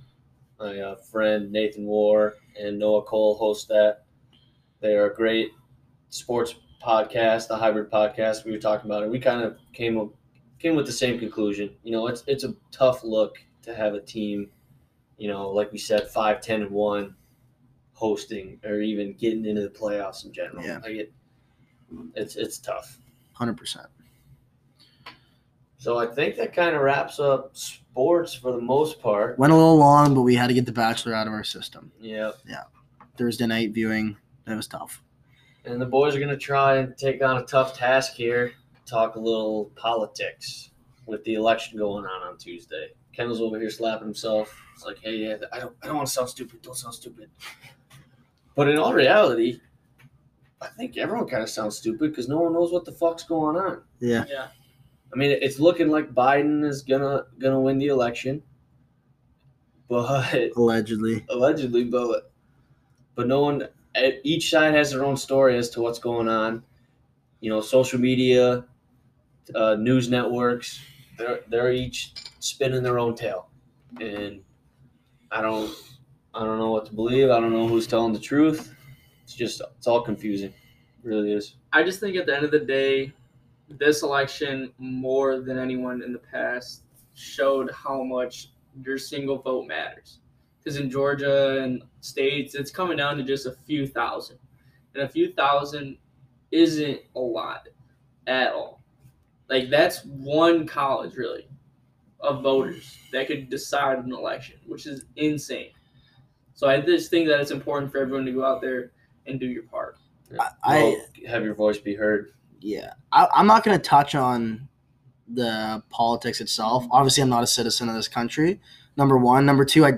My uh, friend Nathan War and Noah Cole host that. They are a great sports podcast, the Hybrid podcast. We were talking about it. We kind of came up- came with the same conclusion. You know, it's it's a tough look to have a team. You know, like we said, five, ten, and one, hosting or even getting into the playoffs in general. Yeah. Like it, it's it's tough. Hundred percent. So I think that kind of wraps up sports for the most part. Went a little long, but we had to get the Bachelor out of our system. Yep. Thursday night viewing. That was tough. And the boys are going to try and take on a tough task here, talk a little politics with the election going on on Tuesday. Kendall's over here slapping himself. It's like, hey, yeah, I don't, I don't want to sound stupid. Don't sound stupid. But in all reality, I think everyone kind of sounds stupid because no one knows what the fuck's going on. Yeah. Yeah. I mean, it's looking like Biden is gonna gonna win the election, but Allegedly. allegedly, but but no one. e- Each side has their own story as to what's going on. You know, social media, uh, news networks. They're they're each spinning their own tail, and I don't I don't know what to believe. I don't know who's telling the truth. It's just it's all confusing, It really is. I just think at the end of the day, this election more than anyone in the past showed how much your single vote matters. Because in Georgia and states, it's coming down to just a few thousand, and a few thousand isn't a lot at all. Like that's one college really of voters that could decide an election, which is insane. So I just think that it's important for everyone to go out there and do your part. I- I- Well, have your voice be heard. yeah I, i'm not going to touch on the politics itself obviously i'm not a citizen of this country number one number two i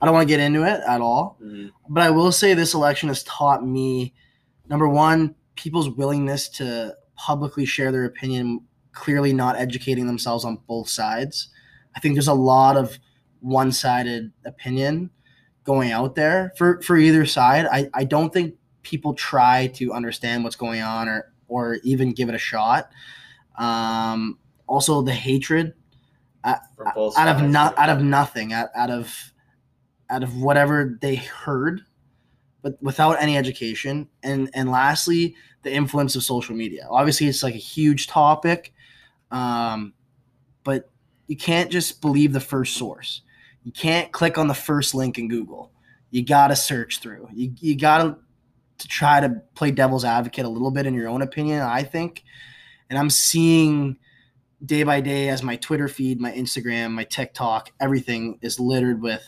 i don't want to get into it at all Mhm. but i will say this election has taught me number one people's willingness to publicly share their opinion clearly not educating themselves on both sides i think there's a lot of one-sided opinion going out there for for either side i i don't think people try to understand what's going on or or even give it a shot. Um, also, the hatred from both out of sides. not out of nothing out, out of out of whatever they heard, but without any education. And and lastly, the influence of social media. Obviously, it's like a huge topic, um, but you can't just believe the first source. You can't click on the first link in Google. You gotta search through. You you gotta to try to play devil's advocate a little bit in your own opinion. I think, and I'm seeing day by day as my Twitter feed, my Instagram, my TikTok, everything is littered with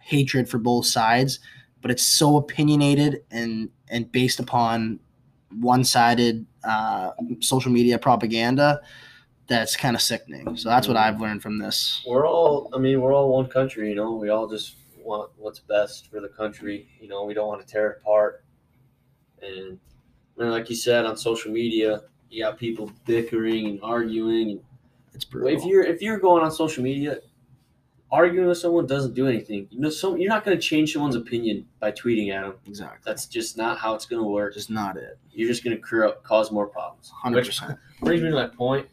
hatred for both sides, but it's so opinionated and and based upon one-sided uh, social media propaganda that's kind of sickening. So that's what I've learned from this. We're all. I mean, we're all one country. You know, we all just want what's best for the country. You know, we don't want to tear it apart. And I mean, like you said on social media, you got people bickering and arguing. It's brutal. If you're if you're going on social media, arguing with someone doesn't do anything. You know, some you're not going to change someone's opinion by tweeting at them. exactly. That's That's just not how it's going to work. just not it. You're just going to cause more problems. Hundred Which percent. brings me to my point.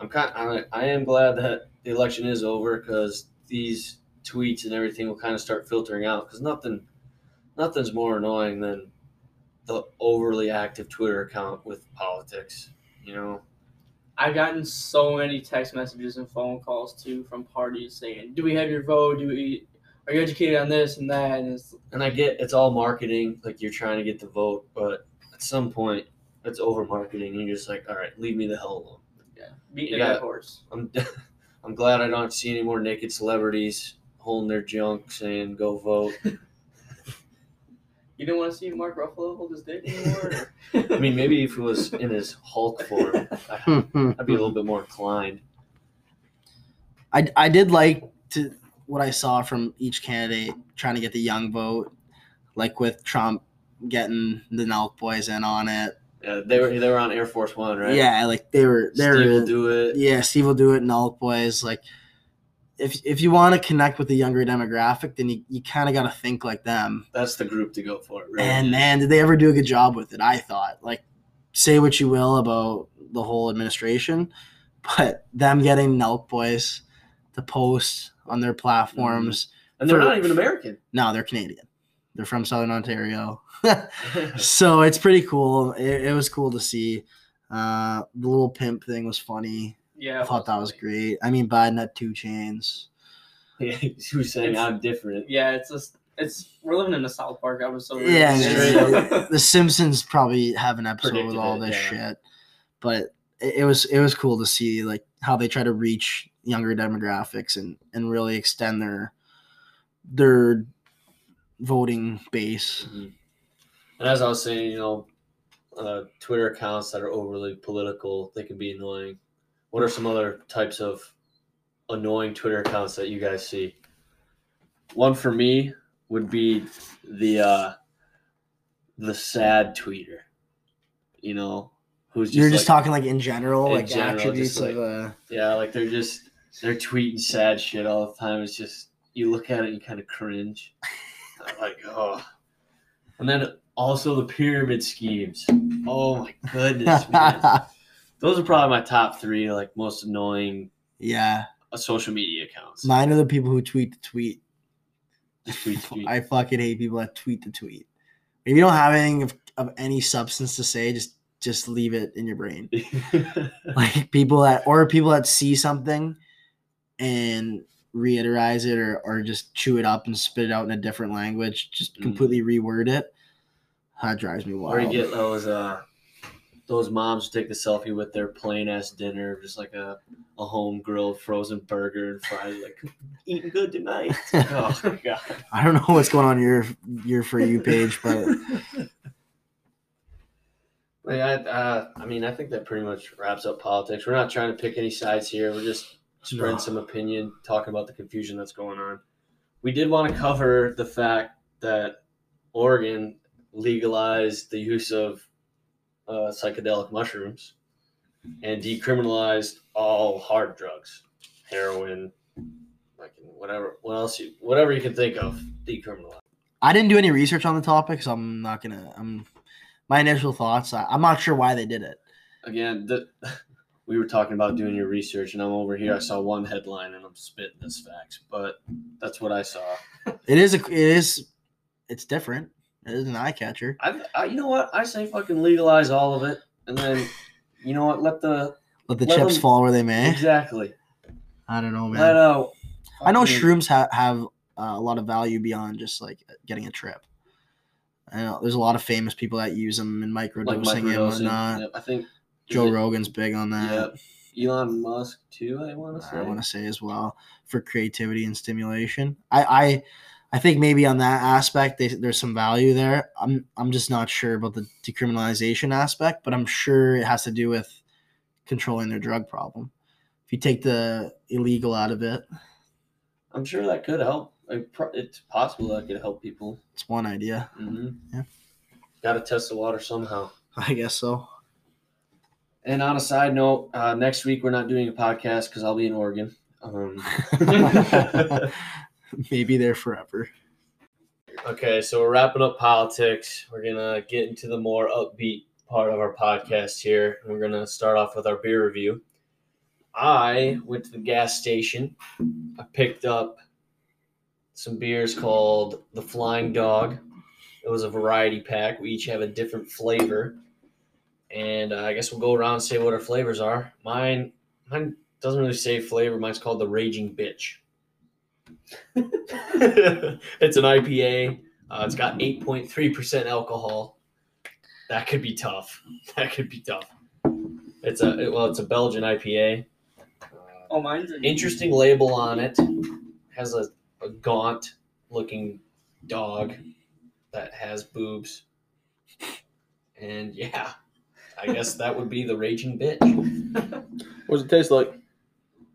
I'm kind. I, I am glad that the election is over because these tweets and everything will kind of start filtering out. Because nothing, nothing's more annoying than the overly active Twitter account with politics. You know, I've gotten so many text messages and phone calls too from parties saying, "Do we have your vote? Do we? Are you educated on this and that?" And it's and I get it's all marketing. Like you're trying to get the vote, but at some point, it's over marketing. And you're just like, all right, leave me the hell alone. yeah, beating Yeah. a dead horse. I'm [LAUGHS] I'm glad I don't see any more naked celebrities holding their junk saying go vote. You didn't want to see Mark Ruffalo hold his dick anymore. [LAUGHS] I mean, maybe if it was in his Hulk form, I- [LAUGHS] I'd be a little bit more inclined. I, I did like to what I saw from each candidate trying to get the young vote, like with Trump getting the Nelk boys in on it, Yeah, Uh, they were they were on Air Force One, right? Yeah, like they were they Steve will were do it. yeah, Steve will do it and all plays. Like if if you want to connect with the younger demographic, then you, you kinda gotta think like them. That's the group to go for. It, really. And man, did they ever do a good job with it? I thought. Like, say what you will about the whole administration, but them getting Nelk Boys to post on their platforms. and they're for- not even [LAUGHS] American. [LAUGHS] No, they're Canadian. They're from Southern Ontario. so it's pretty cool. It, it was cool to see. Uh, the little pimp thing was funny. Yeah, I thought that was great. I mean, Biden had two chains. Yeah, who's saying I'm different? Yeah, it's just it's we're living in a South Park episode. Yeah, it's- [LAUGHS] Straight- the Simpsons probably have an episode with Predicted all it, this yeah. shit, but it, it was it was cool to see like how they try to reach younger demographics and and really extend their their voting base. And as I was saying, you know, uh, Twitter accounts that are overly political, they can be annoying. What are some other types of annoying Twitter accounts that you guys see? One for me would be the uh, the sad tweeter. You know, who's just You're just like- talking like in general, in like general, just attributes like- of uh Yeah, like they're just they're tweeting sad shit all the time. It's just you look at it and you kind of cringe. I'm like, oh. And then also the pyramid schemes. Oh my [LAUGHS] goodness, man. Those are probably my top three, like most annoying yeah. uh, social media accounts. Mine are the people who tweet the tweet. [LAUGHS] Tweet, tweet. [LAUGHS] I fucking hate people that tweet the tweet. If you don't have anything of, of any substance to say, just just leave it in your brain. [LAUGHS] like people that or people that see something and reiterize it or, or just chew it up and spit it out in a different language just Mm. completely reword it that drives me Or you wild get those uh those moms who take the selfie with their plain ass dinner, just like a, a home grilled frozen burger and fries, like [LAUGHS] eating good tonight. Oh my god. i don't know what's going on your your for you page [LAUGHS] but Like, I, uh, I mean, I think that pretty much wraps up politics. We're not trying to pick any sides here. We're just spreading some opinion, talking about the confusion that's going on. We did want to cover the fact that Oregon legalized the use of uh, psychedelic mushrooms and decriminalized all hard drugs, heroin, like whatever, what else you, whatever you can think of, decriminalized. i didn't do any research on the topic so i'm not gonna i'm my initial thoughts I, i'm not sure why they did it again the, [LAUGHS] we were talking about doing your research and i'm over here i saw one headline and i'm spitting this facts but that's what i saw it is a it is it's different it is an eye catcher i, I you know what i say fucking legalize all of it and then you know what let the let the Let chips them- fall where they may exactly i don't know man let out Eh? I know fucking- shrooms ha- have uh, a lot of value beyond just like getting a trip. I know there's a lot of famous people that use them in microdosing, like and microdosing. whatnot. Yep, i think Joe is it- Rogan's big on that. yep. elon musk too i want to say I want to say as well for creativity and stimulation. I, I, I think maybe on that aspect they, there's some value there. I'm I'm just not sure about the decriminalization aspect, but I'm sure it has to do with controlling their drug problem. If you take the illegal out of it, i'm sure that could help It pro- it's possible that could help people it's one idea. [LAUGHS] mm-hmm. Yeah. gotta test the water somehow I guess so. And on a side note, uh, next week we're not doing a podcast because I'll be in Oregon. Um, maybe there forever. okay, so we're wrapping up politics. We're gonna get into the more upbeat part of our podcast here. We're gonna start off with our beer review. I went to the gas station. I picked up some beers called the Flying Dog. It was a variety pack. We each have a different flavor, and uh, I guess we'll go around and say what our flavors are. Mine, mine doesn't really say flavor. Mine's called the Raging Bitch. [LAUGHS] it's an IPA. Uh, it's got 8.3% alcohol. That could be tough. [LAUGHS] That could be tough. It's a it- well, it's a Belgian IPA. Uh, oh, mine's in- interesting label on it. Has a, a gaunt looking dog that has boobs. And yeah, I guess that would be the raging bitch. [LAUGHS] What's it taste like?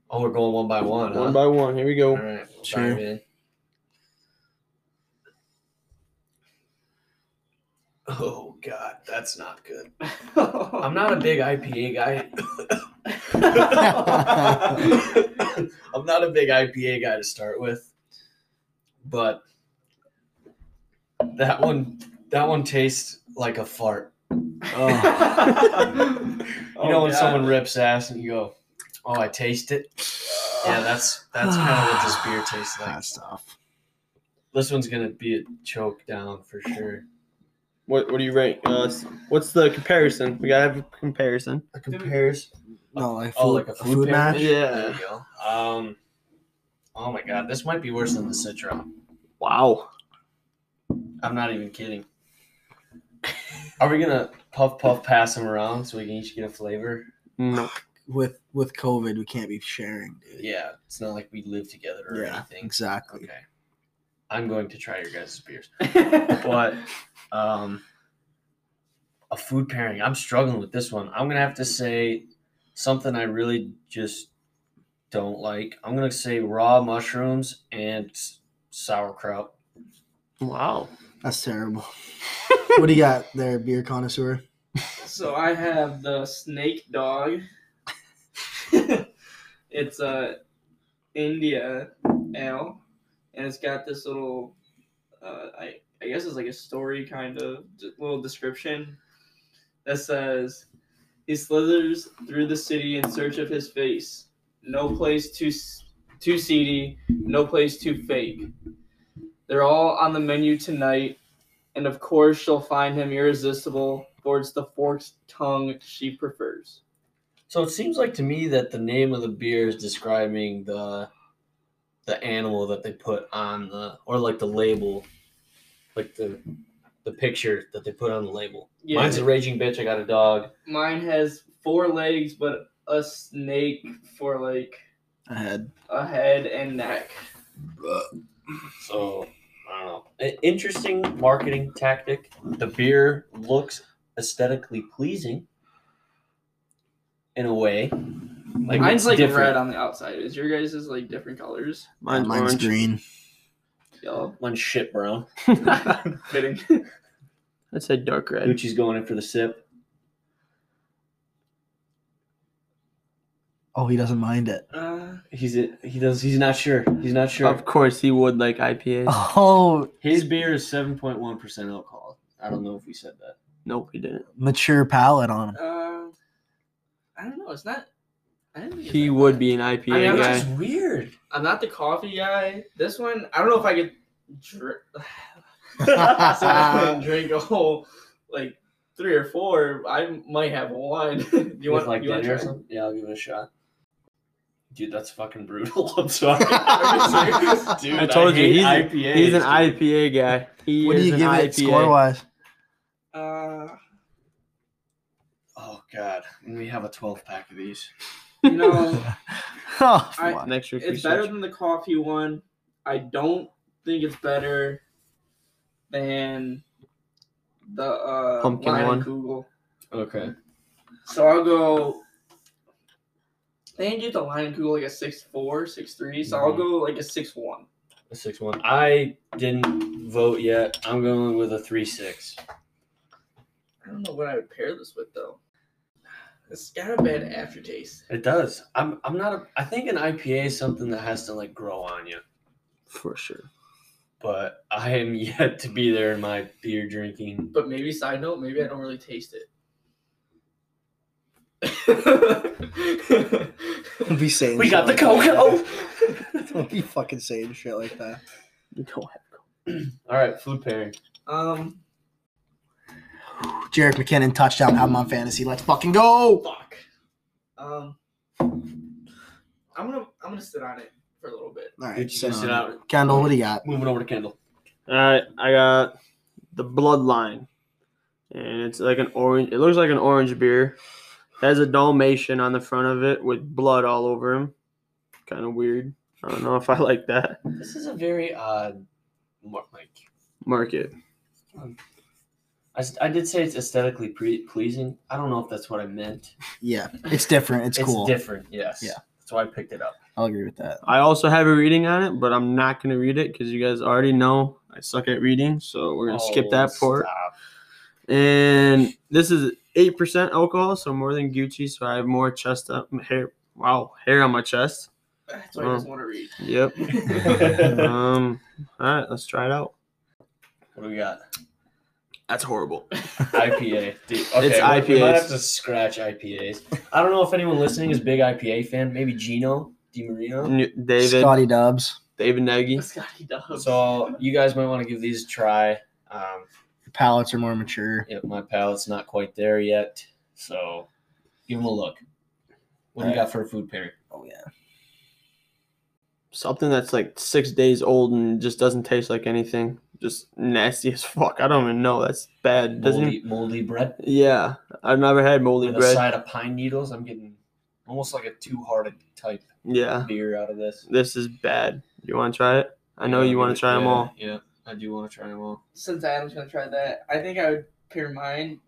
Oh, we're going one by one. One huh? by one. Here we go. [SIGHS] All right, we'll Sure. dive in. Oh God, that's not good. I'm I'm not a big IPA [LAUGHS] guy. I'm not a big IPA guy to start with, but that one that one tastes like a fart. You know when someone rips ass and you go, "Oh, I taste it." Yeah, that's that's kind of what this beer tastes like. That's tough. This one's gonna be a choke down for sure. What What do you rate? Uh, s- what's the comparison? We gotta have a comparison. A compares. No, like food, Oh, like a food, match. pairing? Yeah. There you go. Um. Oh my God, this might be worse than the Citron. Wow. I'm not even kidding. Are we gonna puff puff pass them around so we can each get a flavor? No. With with COVID, we can't be sharing, dude. Yeah, it's not like we live together or anything. exactly. Okay. I'm going to try your guys' beers. [LAUGHS] [LAUGHS] [LAUGHS] But um a food pairing. I'm struggling with this one. I'm gonna have to say something I really just don't like. I'm gonna say raw mushrooms and s- sauerkraut. Wow. That's terrible. what do you got there, beer connoisseur? So I have the snake dog. [LAUGHS] it's a India ale, and it's got this little, uh, I I guess it's like a story kind of d- little description that says he slithers through the city in search of his face. No place too s- too seedy, no place too fake. They're all on the menu tonight and of course she'll find him irresistible, for it's the forked tongue she prefers. So it seems like to me that the name of the beer is describing the the animal that they put on the or like the label, like the the picture that they put on the label. Yeah, Mine's a raging bitch. I got a dog. mine has four legs, but a snake for like I had a head and neck. So I don't know. An interesting marketing tactic. The beer looks aesthetically pleasing in a way. Like Mine's it's like different. red on the outside. Is your guys' is like different colors? Mine's, mine's orange. green. [LAUGHS] Y'all Mine's shit [LAUGHS] brown. fitting. I said dark red. Gucci's going in for the sip. Oh, he doesn't mind it. Uh, He's he does he's not sure. He's not sure. Of course, he would like IPAs. Oh, His beer is 7.1% alcohol. I don't know if we said that. Nope, he didn't. mature palate on him. uh, I don't know. It's not. I didn't think it's He that would bad. be an I mean, IPA I'm guy. just- weird. I'm not the coffee guy. This one, I don't know if I could [SIGHS] drink. I couldn't drink a whole like three or four. I might have one. [LAUGHS] Do you You want want like you want dinner or something? Yeah, I'll give it a shot. Dude, that's fucking brutal. [LAUGHS] [LAUGHS] I'm sorry. Are you serious? Dude, I told you, hate he's, a- IPAs, he's an dude. IPA guy. He What do is you an give it IPA. score wise? Uh, Oh god, we have a 12 pack of these. you know, Oh, I- fuck. Next week, we it's better should- than the coffee one. I don't think it's better than the uh, Pumpkin Lion one. Google. Okay. So I'll go. They didn't give the Lion Google like a six four, six three. So I'll Mhm. go like a six one. A 6-1. I didn't vote yet. I'm going with a 3-6. I don't know what I would pair this with though. It's got a bad aftertaste. It does. I'm I'm not a I think an IPA is something that has to like grow on you. for sure. But I am [LAUGHS] yet to be there in my beer drinking But maybe side note, maybe I don't really taste it. [LAUGHS] Don't be saying We shit got the Oh. like that. cocoa. [LAUGHS] Don't be fucking saying shit like that. You don't have [LAUGHS] All right, food pairing. um, Jarek McKinnon touchdown. Have him on fantasy. Let's fucking go. fuck. Um, I'm gonna I'm gonna sit on it for a little bit. All right, Dude, you sit sit on. out. Kendall, what do you got? Moving over to Kendall. All right, I got the Bloodline, and it's like an orange. It looks like an orange beer. It has a Dalmatian on the front of it with blood all over him. Kind of weird. I don't know if I [LAUGHS] like that. This is a very odd, mar- like Mark it. I, s- I did say it's aesthetically pre- pleasing. I don't know if that's what I meant. Yeah, it's different. It's, It's, cool. different. Yes. Yeah. That's why I picked it up. I'll agree with that. I also have a reading on it, but I'm not Oh, Oh, gonna read it because you guys already know I suck at reading. So we're gonna skip that part. And this is 8% alcohol, so more than Gucci, so I have more chest up hair. Wow, hair on my chest. That's why I just want to read. Yep. um, all right, let's try it out. What do we got? That's horrible. IPA. Dude, okay, It's We, we IPAs. might have to scratch IPAs. I don't know if anyone listening is a big IPA fan. Maybe Gino Di Marino. New- David, Scotty Dubs. David Nagy. Scotty Dubs. So you guys might want to give these a try. Um, The palates are more mature. yeah, my palate's not quite there yet, so give them a look. What do you got for a food pairing? Oh yeah. Something that's like six days old and just doesn't taste like anything. Just nasty as fuck. I don't even know. That's bad. Doesn't. Moldy, even- moldy bread yeah, I've never had moldy with a bread. side of pine needles. I'm getting almost like a two-hearted type Yeah, beer out of this. this is bad. You want to try it? I know you want to try them Yeah, all. Yeah, I do want to try them all. Since Adam's gonna try that, I think I would pair mine,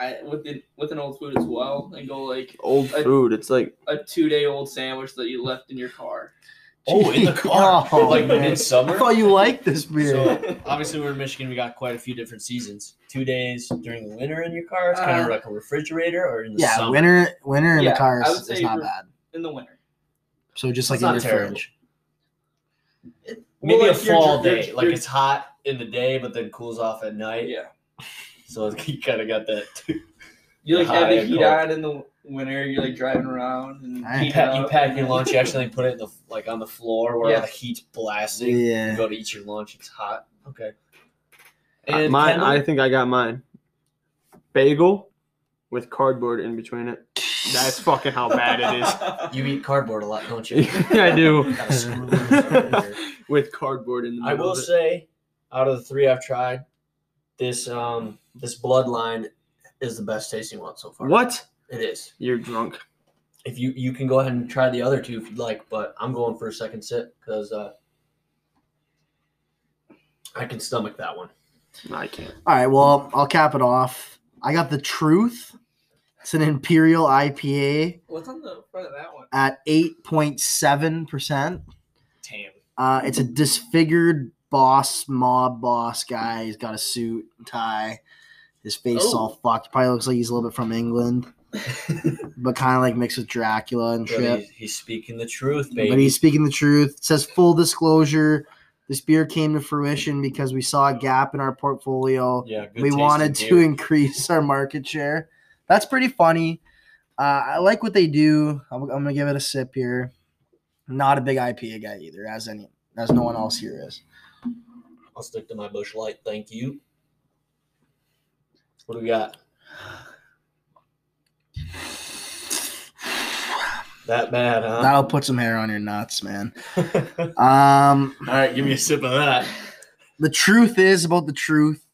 I with it with an old food as well, and go like Old I- food. It's like a two day old sandwich that you left in your car. Oh, in the car, Oh, like man. midsummer. I thought you liked this beer. So obviously, we're in Michigan. We got quite a few different seasons. Two days during the winter in your car. It's kind of Uh, like a refrigerator, or in the yeah, summer. winter winter in Yeah, the car I is, would say is not re- bad. In the winter. So just It's like in not your terrible. fridge. Maybe Well, a like, you're- fall you're- day, you're- like it's hot in the day, but then cools off at night. Yeah. So you kind of got that. Too. You like Hot have the and heat cold. on in the winter, you're like driving around and Nice. You, heat pack, you up. pack your lunch. You actually put it in the like on the floor where Yeah. the heat's blasting. You Yeah. go to eat your lunch. It's hot. Okay. I- mine. Kendall? I think I got mine. Bagel with cardboard in between it. That's fucking how bad it is. [LAUGHS] you eat cardboard a lot, don't [LAUGHS] you? [LAUGHS] yeah, I [LAUGHS] do. Gotta screw it up here. With cardboard in the I middle. will of it. say, out of the three I've tried, this um this bloodline is the best tasting one so far. What? It is. You're drunk. If you you can go ahead and try the other two if you'd like, but I'm going for a second sip because uh, I can stomach that Oh, one. No, I can't. All right, well, I'll cap it off. I got the truth. It's an Imperial IPA What's on the front of that one? at 8.7%. Damn. Uh, it's a disfigured boss, mob boss guy. He's got a suit and tie. His face Oh. is all fucked. Probably looks like he's a little bit from [LAUGHS] England, but kind of like mixed with Dracula and But shit. he's, he's speaking the truth, But baby. he's speaking the truth. It says full disclosure. This beer came to fruition because we saw a gap in our portfolio. Yeah, good we tasting wanted to beer. increase our market share. That's pretty funny. Uh, I like what they do. I'm, I'm gonna give it a sip here. Not a big IPA guy either, as any as no one else here is. I'll stick to my bush light. Thank you. What do we [SIGHS] got? That bad, huh? That'll put some hair on your nuts, man. [LAUGHS] Um, All right, give me a sip of that. the truth is about the truth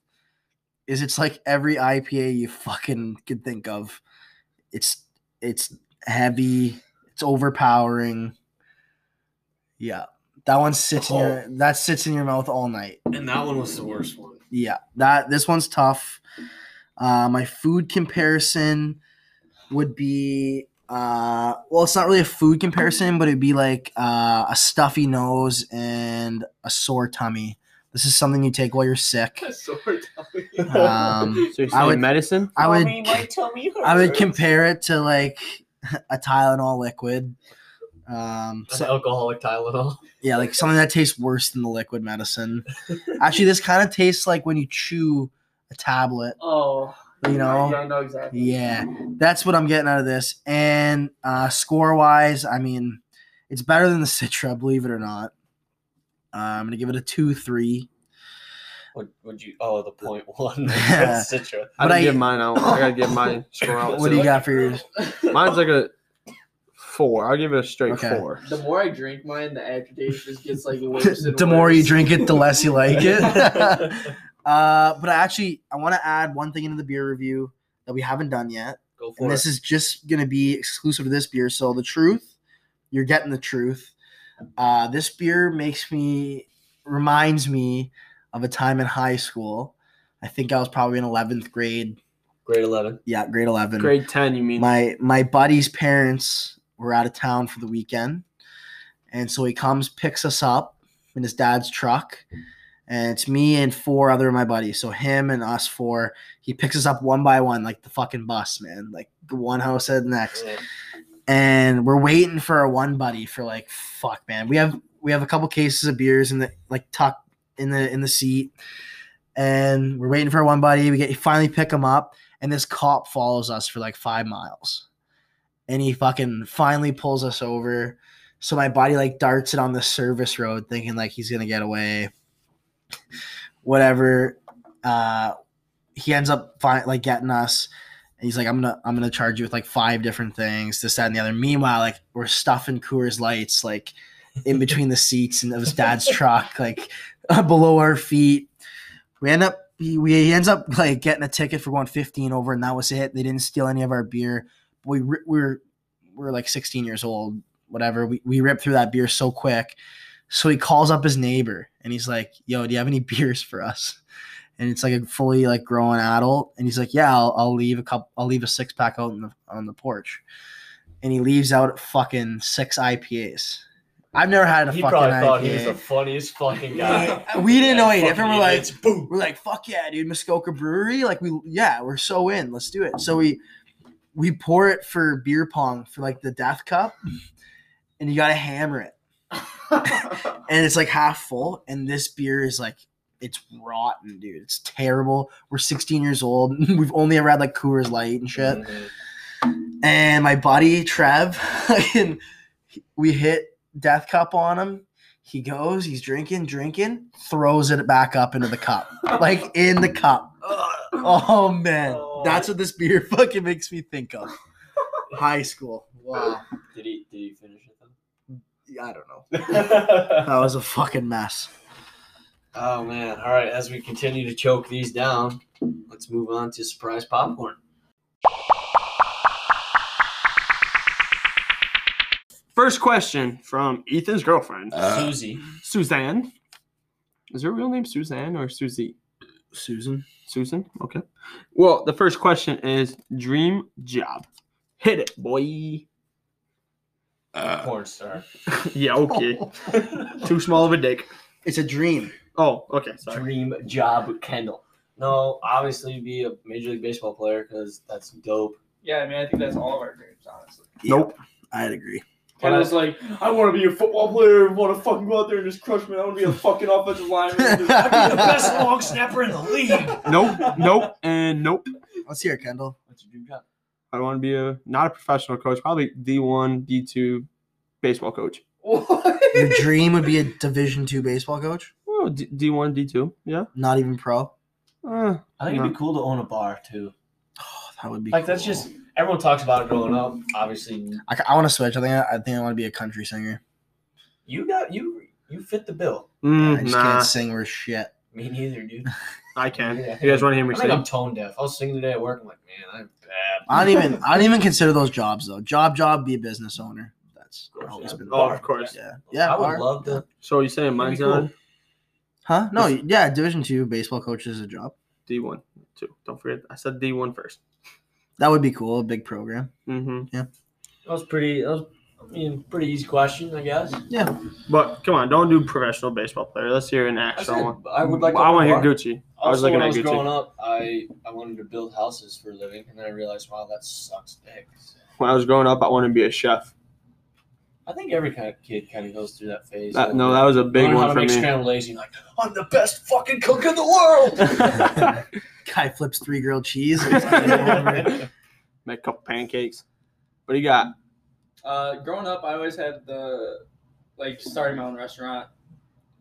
is it's like every IPA you fucking can think of. It's it's heavy, it's overpowering. Yeah. That one sits Oh. in your that sits in your mouth all night. And that one was the worst one. Yeah. That this one's tough. Uh, my food comparison would be uh well it's not really a food comparison but it'd be like uh, a stuffy nose and a sore tummy this is something you take while you're sick Sword tummy. Um, So you're I saying would- medicine? I would tummy I would hurts. compare it to like [LAUGHS] a Tylenol liquid. Um, So, so, alcoholic Tylenol. yeah, like something that tastes worse than the liquid medicine. Actually, this kind of tastes like when you chew a tablet. Oh, You know? yeah, I know exactly. Yeah, that's what I'm getting out of this. And uh, score wise, I mean, it's better than the Citra, believe it or not. Uh, I'm gonna give it a two three. Would, would you? Oh, the point [LAUGHS] one. Yeah. Citra. I But didn't I- give mine out. I gotta give my score out. [LAUGHS] What do too. you got for yours? Mine's like a four. I'll give it a straight Okay. four. The more I drink mine, the agitation just [LAUGHS] gets like worse. And the more you worse. drink it, the less you like it. [LAUGHS] Uh, but I actually I want to add one thing into the beer review that we haven't done yet, Go for and this it. is just gonna be exclusive to this beer. So the truth, you're getting the truth. Uh, this beer makes me reminds me of a time in high school. I think I was probably in eleventh grade. Grade eleven. Yeah, grade eleven. Grade ten, you mean? My my buddy's parents were out of town for the weekend, and so he comes picks us up in his dad's truck, And it's me and four other of my buddies. So him and us four. He picks us up one by one, like the fucking bus, man. Like one house at the next. And we're waiting for our one buddy for like fuck, man. We have we have a couple cases of beers in the like tucked in the in the seat. And we're waiting for our one buddy. We get finally pick him up, and this cop follows us for like five miles. And he fucking finally pulls us over. So my body like darts it on the service road, thinking like he's gonna get away. Whatever. Uh, he ends up fi- like getting us, and he's like, "I'm gonna, I'm gonna charge you with like five different things, this, that, and the other." Meanwhile, like we're stuffing Coors Lights like in between the seats and of his dad's truck, like [LAUGHS] below our feet. We end up, he, we he ends up like getting a ticket for going 15 over, and that was it. They didn't steal any of our beer. We re- we were we were like 16 years old whatever. We, we ripped through that beer so quick. So he calls up his neighbor and he's like, yo, do you have any [LAUGHS] beers for us? And it's like a fully like grown adult. And he's like, yeah, I'll, I'll leave a cup. I'll leave a six pack out on the, on the porch. And he leaves out fucking six IPAs. I've never had a He fucking probably thought he was the IPA. funniest fucking [LAUGHS] guy. we didn't know Yeah, any different. We're fucking like, idiots. we're like, fuck yeah, dude, Muskoka Brewery. Like we, yeah, we're so in. Let's do it. So we we pour it for beer pong for like the death cup, and you gotta hammer it. and it's like half full, and this beer is like it's rotten, dude. It's terrible. We're 16 years old. [LAUGHS] We've only ever had like Coors Light and shit. Mm-hmm. And my buddy Trev, [LAUGHS] and we hit death cup on him. He goes, he's drinking, drinking, throws it back up into [LAUGHS] the cup, like in the cup. Oh man, that's what this beer [LAUGHS] fucking makes me think of. High school. Wow. Did he? Did he finish it Yeah, I don't know. though? That was a fucking mess. [LAUGHS] Oh man! All right, as we continue to choke these down, let's move on to surprise popcorn. First question from Ethan's girlfriend, Uh, Susie, Suzanne. Is her real name Suzanne or Susie? Susan. Susan. Okay. Well, the first question is dream job. Hit it, boy. porn [LAUGHS] star. [LAUGHS] yeah. Okay. Too small of a dick. It's a dream. Oh. Okay. Sorry. Dream job, Kendall. No, obviously be a major league baseball player because that's dope. [LAUGHS] Yeah, I mean, I think that's all of our dreams, honestly. Nope. I'd agree. And I was like, [LAUGHS] I want to be a football player. I want to fucking go out there and just crush man. I want to be [LAUGHS] a fucking offensive lineman. You're the [LAUGHS] best long snapper in the league. Nope. Nope. And nope. Let's hear it, Kendall. What's your dream job? I want to be a not a professional coach, probably D one, D two, baseball coach. What? Your dream would be a Division two baseball coach, Oh, D one, D two. Yeah. not even pro. Uh, I think it'd be cool to own a bar too. Oh, that would be Like that's cool. just everyone talks about it growing up. Obviously, I, ca- I want to switch. I think I, I think I want to be a country singer. you got you you fit the bill. mm, I just nah. can't sing worth shit. Me neither, dude. [LAUGHS] I can. Yeah. You guys want to hear me I think I'm sing? tone deaf. I was singing today at work. I'm like, man, I'm bad. I don't even I don't even consider those jobs though. Job, job, be a business owner. That's Of course, always yeah. been. Oh, of course. Yeah, yeah. I would are- love to. So you saying mine's cool. on Huh? No, yeah. Division two baseball coach is a job. D one, two. Don't forget, I said D one first. That would be cool. A big program. Mm-hmm. That was pretty. That was, I mean, pretty easy question, I guess. But come on, don't do professional baseball player. Let's hear an I, actual said, one. I would like. I want to hear own a bar. Gucci. I was Also, looking when I at was growing Gucci. up, I I wanted to build houses for a living, and then I realized, wow, that sucks dick. When I was growing up, I wanted to be a chef. I think every kind of kid kind of goes through that phase. That, no, that was a big Learn how one to for make me. scrambled eggs. and You're like, I'm the best fucking cook in the [LAUGHS] world. Guy flips three grilled cheese. make a couple pancakes. What do you got? Uh, growing up, I always had the like starting my own restaurant,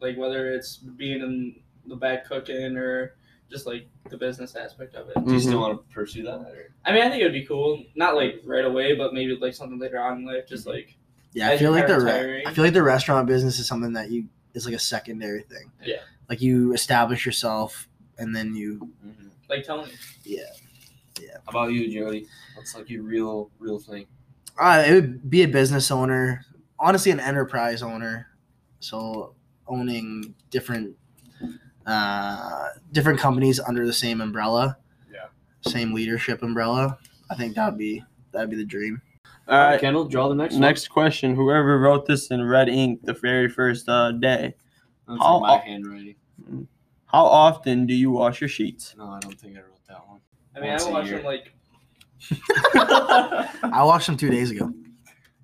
like whether it's being in the back cooking or just like the business aspect of it. Do you Mm-hmm. still want to pursue that? Or? I mean, I think it would be cool, not like right away, but maybe like something later on in life, just like yeah, I As feel you're like the re- retiring. I feel like the restaurant business is something that you is like a secondary thing. Yeah. Like you establish yourself and then you like Tony. How Mm-hmm. about you, Jody? What's like your real real thing? Uh, it would be a business owner, honestly, an enterprise owner. So owning different uh, different companies under the same umbrella, Yeah. same leadership umbrella. I think that'd be that'd be the dream. All right. Kendall, draw the next one. Next question. Whoever wrote this in red ink the very first uh, day. That's I'll- like my I'll- handwriting. How often do you wash your sheets? No, I don't think I wrote that one. I mean, Once a I watch year. them like. I watched them two [LAUGHS] days ago.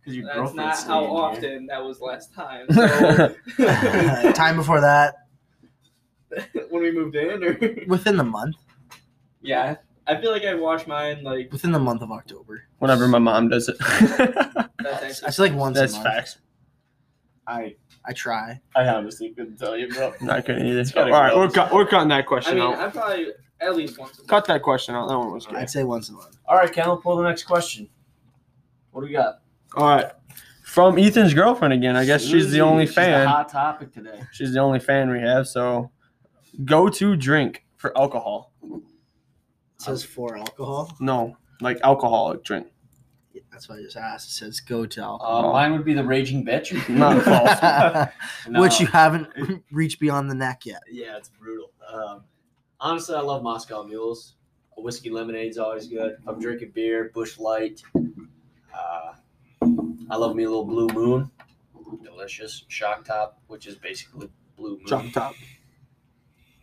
Because your That's girlfriend's not staying how here. often. That was last time. [LAUGHS] So [LAUGHS] Uh, Time before that, when we moved in, or [LAUGHS] within the month, yeah, I feel like I watch mine like within the month of October. Whenever my mom does it. [LAUGHS] that's I actually. feel like once That's a month. facts. I I try. I honestly couldn't tell you, bro. No, I [LAUGHS] couldn't either. It's All gotta go. right, we're, cut, we're cutting that I question mean, out. I'm probably at least once. A Cut that question out. That one was good. I'd say once a month. All right, Cal, pull the next question. What do we got? All right. From Ethan's girlfriend again. I guess she's the only Ooh, she's fan. hot topic today. She's the only fan we have. So, go to drink for alcohol. It says for alcohol. No, like alcoholic drink. Yeah, that's what I just asked. It says go [LAUGHS] to alcohol. Uh, mine would be the raging bitch. [LAUGHS] Not Oh. false. Oh, [LAUGHS] [LAUGHS] No. [LAUGHS] Which you haven't [LAUGHS] reached beyond the neck yet. Yeah, it's brutal. Um, honestly, I love Moscow Mules. A whiskey lemonade's always good. If I'm drinking beer, Bush Light. Uh, I love me a little Blue Moon. Delicious. Shock Top, which is basically Blue Moon. Drop top.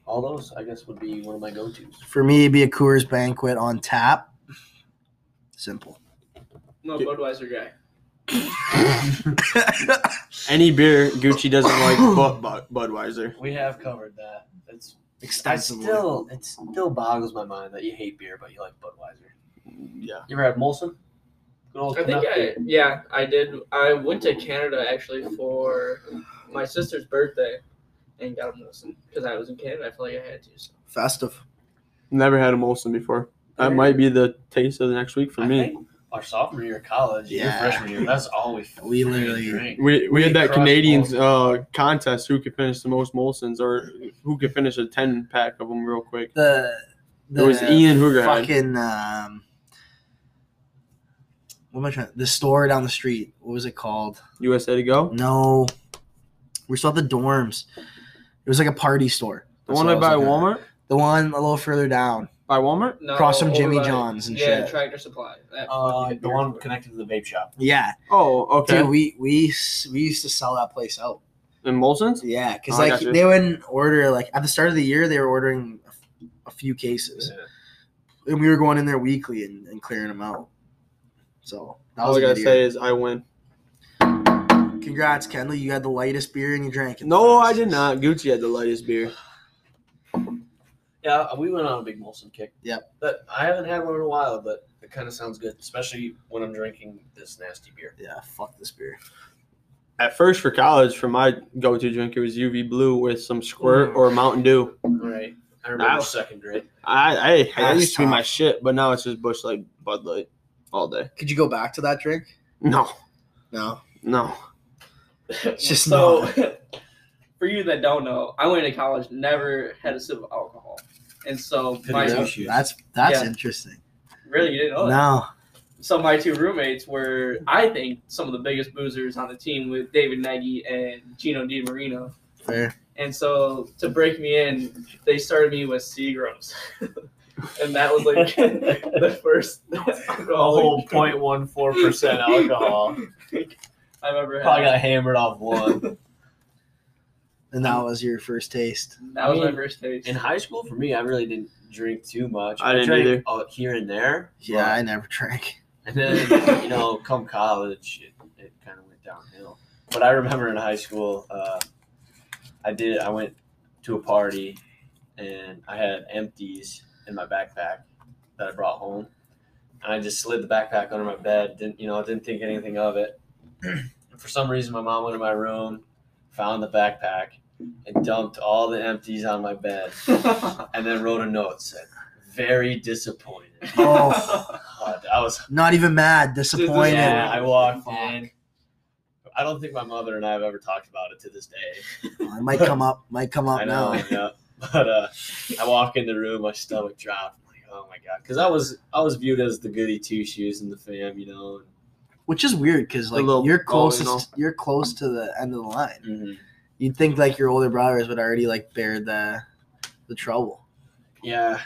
All those, I guess, would be one of my go-tos. For me, it'd be a Coors Banquet on tap. Simple. [LAUGHS] no Budweiser guy. Any beer Gucci doesn't [COUGHS] like but, but Budweiser. We have covered that. It's I Extensively. still, it still boggles my mind that you hate beer, but you like Budweiser. Yeah. You ever had Molson? Good Oh, old I think Canuck I beer. yeah I did. I went to Canada actually for my sister's birthday and got a Molson because I was in Canada. I felt like I had to. So. Festive. Never had a Molson before. That might be the taste of the next week for I me. think our sophomore year of college, your Yeah. freshman year, that's all we [LAUGHS] We freaking literally- drank. We, we had that crushed Canadians uh, contest who could finish the most Molsons or who could finish a 10 pack of them real quick. The, the It was Ian Hooger. Fucking um. What am I trying? The store down the street. What was it called? USA to go. No, we saw the dorms. It was like a party store. The That's one what I was by looking at. Walmart. The one a little further down, By Walmart. No, across from over Jimmy by- John's and yeah, shit. Tractor Supply. That- Uh, the one connected to the vape shop. yeah, Oh, okay. dude, we we s- we used to sell that place out. and Molson's. Yeah, because Oh, I like gotcha. they wouldn't order like at the start of the year they were ordering a f- a few cases, and we were going in there weekly and, and clearing them out. So that All was I a gotta good year. say is I win. Congrats, Kendall! You had the lightest beer and you drank it. No, I did not. Gucci had the lightest beer. Yeah, we went on a big Molson kick. Yep. But I haven't had one in a while, but it kind of sounds good, especially when I'm drinking this nasty beer. Yeah, fuck this beer. At first, for college, for my go-to drink, it was UV Blue with some Mm. Squirt or Mountain Dew. All right. I remember Wow. second grade. [LAUGHS] [LAUGHS] I, I that That's used to be my tough. shit, but now it's just Bush Light, Bud Light, all day. [LAUGHS] Could you go back to that drink? No, [LAUGHS] No. no. It's just so. [LAUGHS] for you that don't know, I went to college, never had a sip of alcohol, and so Pity my you. Yep, issues. that's that's Yeah. interesting. really you didn't know. that. No, So my two roommates were, I think, some of the biggest boozers on the team with David Nagy and Gino Di Marino. fair. And so to break me in, they started me with Seagrams. [LAUGHS] and that was like the first alcohol I've ever [LAUGHS] Probably had. got hammered off one. And that was your first taste. That was I my mean, first taste. [LAUGHS] In high school, for me, I really didn't drink too much. I didn't drank, either. uh, here and there. Yeah, but- I never [LAUGHS] drank. And [LAUGHS] then, you know, come college, it, it kind of went downhill. But I remember in high school, uh, I did, I went to a party and I had empties in my backpack that I brought home. And I just slid the backpack under my bed, didn't, you know, I didn't think anything of it. [CLEARS THROAT] For some reason, my mom went to my room, found the backpack, and dumped all the empties on my bed, and then wrote a note that said, very disappointed. Oh, God, I was not even mad, disappointed. yeah, I walked Fuck. in. I don't think my mother and I have ever talked about it to this day. It might come up. [LAUGHS] Might come up I now. know, I know. [LAUGHS] But uh, I walk in the room, my stomach dropped. I'm like, oh my god, because I was I was viewed as the goody two shoes in the fam, you know. Which is weird because A like little you're ball, you closest, you're close to the end of the line. Mhm. You'd think like your older brothers would already like bear the the trouble. Yeah,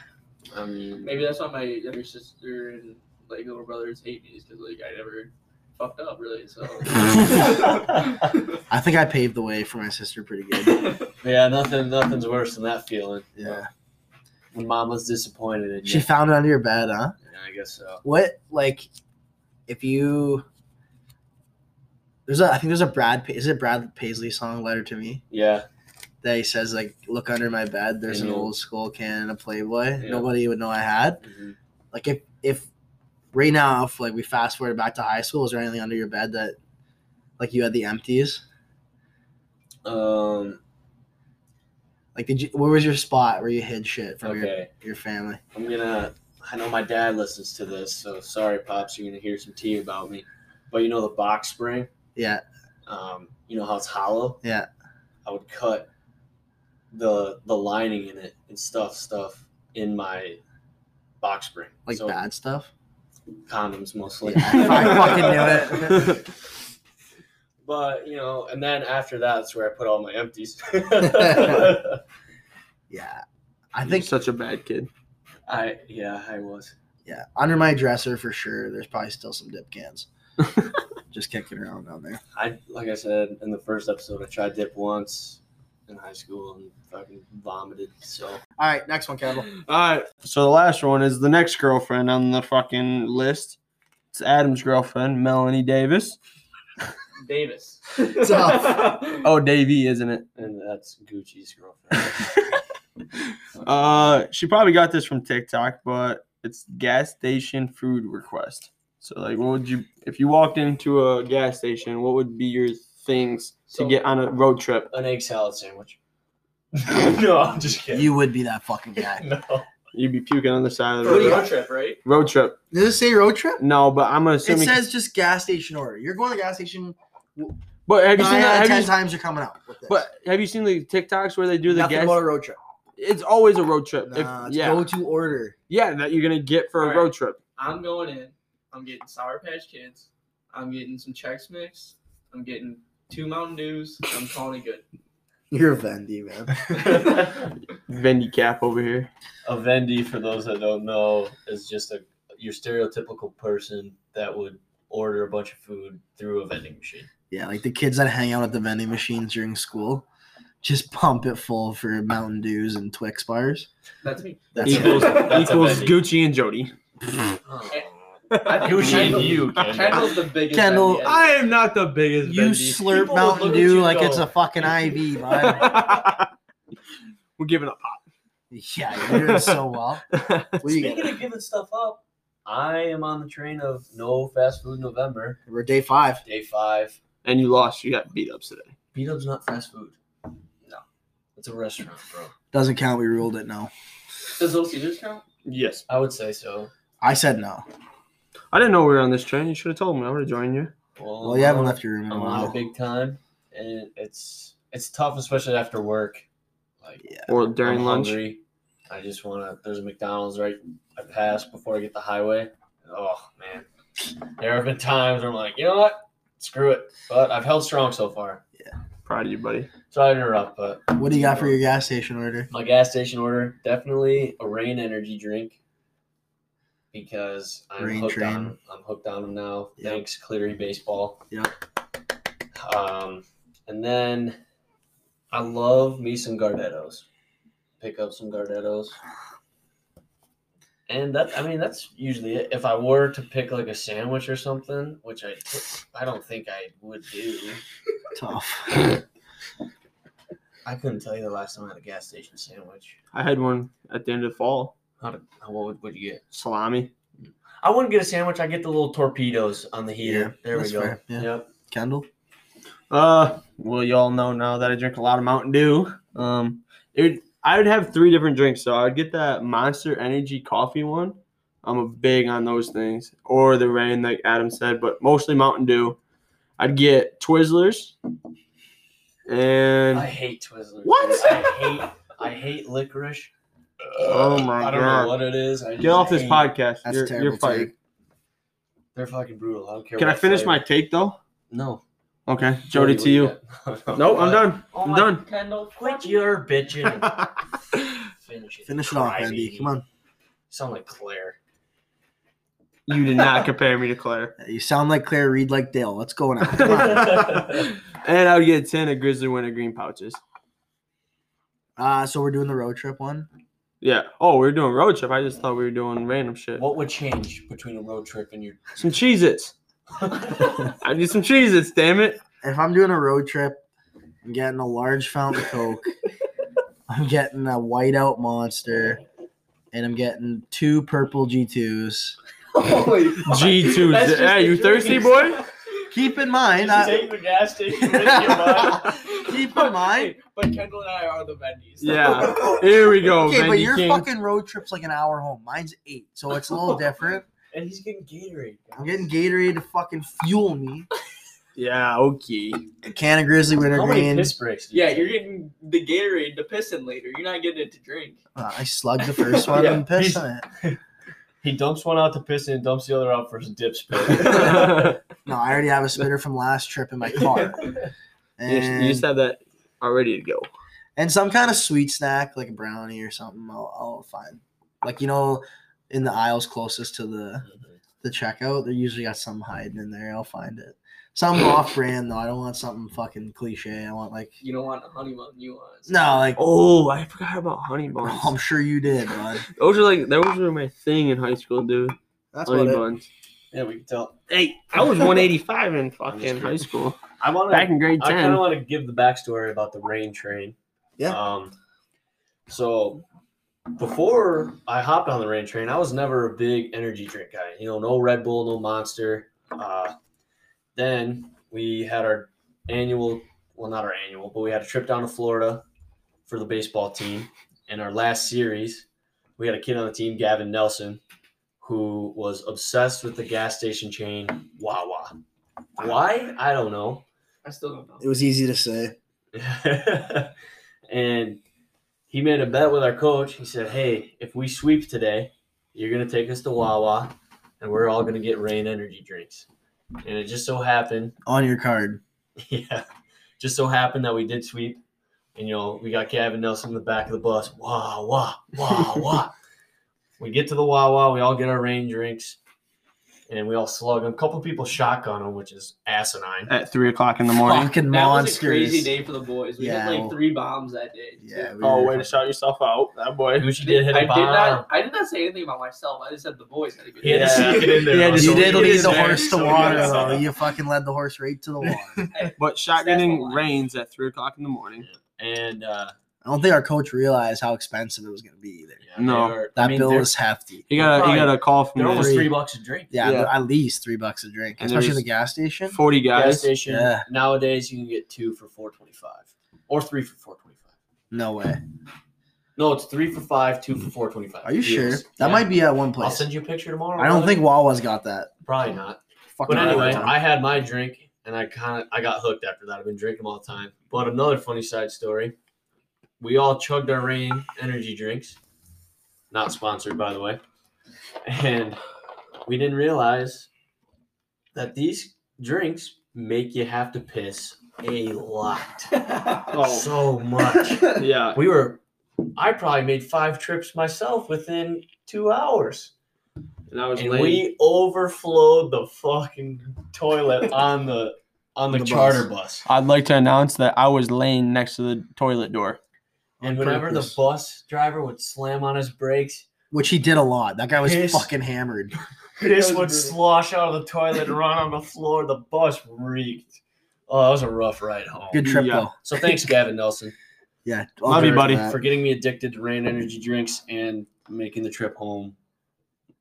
I mean, [LAUGHS] Maybe that's why my younger sister and like little brothers hate me is because like I never fucked up, really. So I think I paved the way for my sister pretty [LAUGHS] good. Yeah, nothing, nothing's worse than that feeling. Yeah. When mama's disappointed in She you. found it under your bed, huh? Yeah, I guess so. What like if you there's a I think there's a Brad Pa- is it Brad Paisley song Letter to Me Yeah. that he says like look under my bed there's an Mhm. old school can and a Playboy Yeah. nobody would know I had Mhm. like if if right now if like we fast forward back to high school is there anything under your bed that like you had the empties Um. like did you where was your spot where you hid shit from Okay. your, your family I'm gonna. I know my dad listens to this, so sorry, pops. You're gonna hear some tea about me. But you know the box spring. yeah Um. You know how it's hollow. Yeah. I would cut the the lining in it and stuff stuff in my box spring. like so bad stuff condoms mostly. Yeah, I fucking knew it [LAUGHS] But you know, and then after that, that's where I put all my [LAUGHS] empties. [LAUGHS] yeah I You're think such a bad kid. I yeah, I was. Yeah, under my dresser for sure. There's probably still some [LAUGHS] dip cans, just kicking around down there. I like I said in the first episode, I tried dip once in high school and fucking vomited. So All right, next one, Campbell. All right. So the last one is the next girlfriend on the fucking list. It's Adam's girlfriend, Melanie Davis. Davis. Oh, Davy, isn't it? and that's Gucci's girlfriend. [LAUGHS] Uh, she probably got this from TikTok, but it's gas station food request. So, like, what would you if you walked into a gas station? What would be your things to [LAUGHS] So- get on a road trip? An egg salad sandwich. [LAUGHS] no, I'm just kidding. You would be that fucking guy. [LAUGHS] no. You'd be puking on the side of the For the road. road trip, right? road trip. Does it say road trip? No, but I'm It assuming. says just gas station order. You're going to the gas station. but have you seen Nine out that? of ten Have you, times you're coming out with this. but have you seen the TikToks where they do the Nothing gas? about a road trip. It's always a road trip. If- Nah, it's yeah, go to order. yeah, that you're gonna get for a Alright. road trip. I'm going in. I'm getting Sour Patch Kids. I'm getting some Chex Mix. I'm getting two Mountain Dews. I'm calling it good. You're a Vendy man. [LAUGHS] Vendy cap over here. A Vendy, for those that don't know, is just a your stereotypical person that would order a bunch of food through a vending machine. Yeah, like the kids that hang out at the vending machines during school, just pump it full for Mountain Dews and Twix bars. That's me. That's Equals, it. That's a equals Vendy. Gucci and Jody. Oh. Gucci and you, Kendall. Kendall's the biggest. Kendall, NBA. I am not the biggest. You Vendy. slurp People would Mountain look at Dew you like [LAUGHS] go. it's a fucking [LAUGHS] IV, bud. We're giving up. Yeah, you're doing so well. [LAUGHS] What do you Speaking get? of giving stuff up, I am on the train of no fast food November, We're day five. day five. And you lost. You got beat ups today. Beat up's not fast food. No, it's a restaurant, bro. Doesn't count. We ruled it. No, does Little Caesars count? Yes. I would say so. I said no. I didn't know we were on this train. You should have told me. I would have joined you. Well, Well, you haven't I'm- left your room in a I'm on a while. big time, and it's it's tough, especially after work. Like Or during I'm lunch. hungry. I just want to. There's a McDonald's right I pass before I get the highway. Oh man, there have been times where I'm like, you know what, screw it. But I've held strong so far. Proud of you, buddy. Sorry to interrupt, but What do you got for your gas station order? my gas station order definitely a rain energy drink because I'm Reign hooked Train. on 'em. I'm hooked on them now. Yep. Thanks Cleary baseball. Yep. Um, and then I love me some Gardettos. Pick up some Gardettos. And that I mean that's usually it. If I were to pick like a sandwich or something, which I I don't think I would do. Tough. [LAUGHS] I couldn't tell you the last time I had a gas station sandwich. I had one at the end of fall. How did, what would what'd you get? Salami. I wouldn't get a sandwich. I get the little torpedoes on the heater. Yeah, there we that's go. fair, yeah. Yep. Kendall. Uh, well, y'all know now that I drink a lot of Mountain Dew. Um, it would, I would have three different drinks. So I'd get that Monster Energy coffee one. I'm a big on those things, or the rain, like Adam said, but mostly Mountain Dew. I'd get Twizzlers, and I hate Twizzlers. What? dude. I hate I hate licorice. Oh my I don't God. know what it is. I get just off this hate- podcast. That's you're, terrible. you're fired. take. They're fucking brutal. I don't care. Can I what finish flavor. my take though? No. Okay, Jody, to you. [LAUGHS] No, No, I'm done. I'm done. Oh, Kendall, Quit your bitching. [LAUGHS] finish it. Finish it off, Crybaby. Andy. Come on. Sound like Claire. You did not compare me to [LAUGHS] Claire. [LAUGHS] You sound like Claire Reed, like Dale. Let's go now. Come on. and I would get 10 of Grizzly Winter Green pouches. Uh, so we're doing the road trip one. Yeah. Oh, we are doing road trip. I just thought we were doing random shit. What would change between a road trip and [LAUGHS] your? Some Cheez Its. I need some Cheez Its, damn [LAUGHS] it. If I'm doing a road trip, I'm getting a large fountain [LAUGHS] coke. I'm getting a whiteout monster, and I'm getting two purple G2s. Holy fuck. G2. That's just Hey, the you thirsty, [LAUGHS] drinking [LAUGHS] boy? Keep in mind, You I, take the gas station with you, [LAUGHS] bud. keep in mind. [LAUGHS] But Kendall and I are the Vendies. Yeah. Here we go, Okay, but Bendy your King. fucking road trip's like an hour home. Mine's eight, so it's a little different. And he's getting Gatorade. I'm getting Gatorade to fucking fuel me. Yeah, okay. A can of Grizzly How many Wintergreen. piss breaks? did you Yeah, take? you're getting the Gatorade to piss in later. You're not getting it to drink. Uh, I slugged the first [LAUGHS] one Yeah, and pissed on it. He dumps one out to piss in, dumps the other out for his [LAUGHS] dip spit. No, I already have a spitter from last trip in my car. [LAUGHS] You just- you And, just have that all ready to go. and some kind of sweet snack, like a brownie or something, I'll, I'll find. Like, you know, in the aisles closest to the, the checkout, they usually got something hiding in there. I'll find it. Some [LAUGHS] off brand, though. I don't want something fucking cliche. I want, like, You don't want a honey bun. You want no, like, Oh, I forgot about honey [LAUGHS] buns. I'm sure you did, bud. Those are like those were my thing in high school, dude. That's honey what it buns. yeah, we can tell. Hey, I was 185 in fucking high school. I want Back in grade I kind of 10. want to give the backstory about the rain train. Yeah. Um, so before I hopped on the rain train, I was never a big energy drink guy. You know, no Red Bull, no Monster. Uh, then we had our annual, well, not our annual, but we had a trip down to Florida for the baseball team. And our last series, we had a kid on the team, Gavin Nelson, who was obsessed with the gas station chain Wawa. Why? I don't know. I still don't know. It was easy to say. [LAUGHS] and he made a bet with our coach. He said, "Hey, if we sweep today, you're gonna take us to Wawa, and we're all gonna get Rain energy drinks." And it just so happened, [LAUGHS] On your card. yeah, just so happened that we did sweep. And you know, we got Gavin Nelson in the back of the bus. Wah wah wah wah. [LAUGHS] we get to the Wawa, we all get our Rain drinks, and we all slug them. A couple people shotgun them, which is asinine. At three o'clock in the morning. Fucking That monsters. was a crazy day for the boys. We Yeah, had well- like three bombs that day. too. Yeah. we Oh, were- way to shout yourself out, that boy. Gucci did hit I a did bomb. not. I did not say anything about myself. I just said the boys had a good. He had Yeah. to sneak it in there. He had though, to so You So did we lead did the that. horse to So we water, got though. some. You fucking led the horse right to the water. But That's a shotgunning lot. rains at three o'clock in the morning. And uh, I don't think our coach realized how expensive it was going to be either. yeah, No. they were- That I mean, bill they're- was hefty. He got a, he got a call They're from almost Three. three bucks a drink. Yeah, Yeah. but at least three bucks a drink, And especially there's the gas station. forty Gas guys. station. Yeah. Nowadays, you can get two for four twenty-five, or three for four twenty-five. No way. No, it's three for five, two for four twenty-five. Are you sure? That might be at one I'll place. send you a picture tomorrow. I don't brother. think Wawa's got that. probably not. Fucking But anyway, Wawa. I had my drink, and I kind of I got hooked after that. I've been drinking all the time. But another funny side story: we all chugged our rain energy drinks, not sponsored, by the way, and we didn't realize that these drinks make you have to piss a lot, Oh, so much. [LAUGHS] yeah. We were, I probably made five trips myself within two hours. And I was And late. we overflowed the fucking [LAUGHS] toilet on the on the, The bus. charter bus. I'd like to announce that I was laying next to the toilet door. And whenever the purpose. bus driver would slam on his brakes, Which he did a lot. That guy was Piss. fucking hammered. piss was would brutal. slosh out of the toilet and run on the floor. The bus reeked. Oh, that was a rough ride home. Good trip Yeah. though. So thanks, Gavin Nelson, Yeah. Love you, I'll buddy. do for getting me addicted to rain energy drinks and making the trip home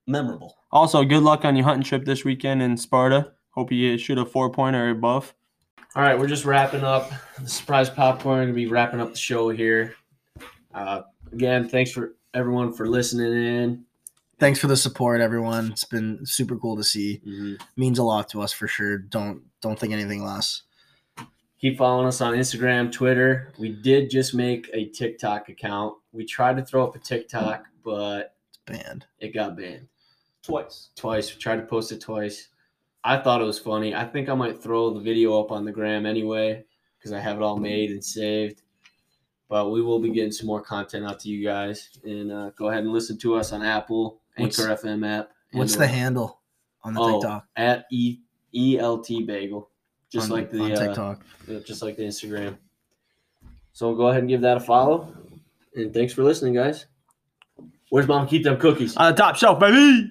memorable. Also, good luck on your hunting trip this weekend in Sparta. Hope you shoot a four pointer or above. All right, we're just wrapping up the surprise popcorn. Gonna be wrapping up the show here. Uh, again, thanks for everyone for listening in. Thanks for the support, everyone. It's been super cool to see. Mhm. Means a lot to us for sure. Don't don't think anything less. Keep following us on Instagram, Twitter. We did just make a TikTok account. We tried to throw up a TikTok, but It's banned. it got banned Twice. twice. We tried to post it twice. I thought it was funny. I think I might throw the video up on the gram anyway because I have it all made and saved. But we will be getting some more content out to you guys. And uh, go ahead and listen to us on Apple, What's- Anchor FM app. and uh, What's the handle? on the Oh, TikTok. at e ELT Bagel, just on, like the on uh, TikTok. Yeah, just like the Instagram. So go ahead and give that a follow. And thanks for listening, guys. Where's Mom? Keep them cookies. On the top shelf, baby.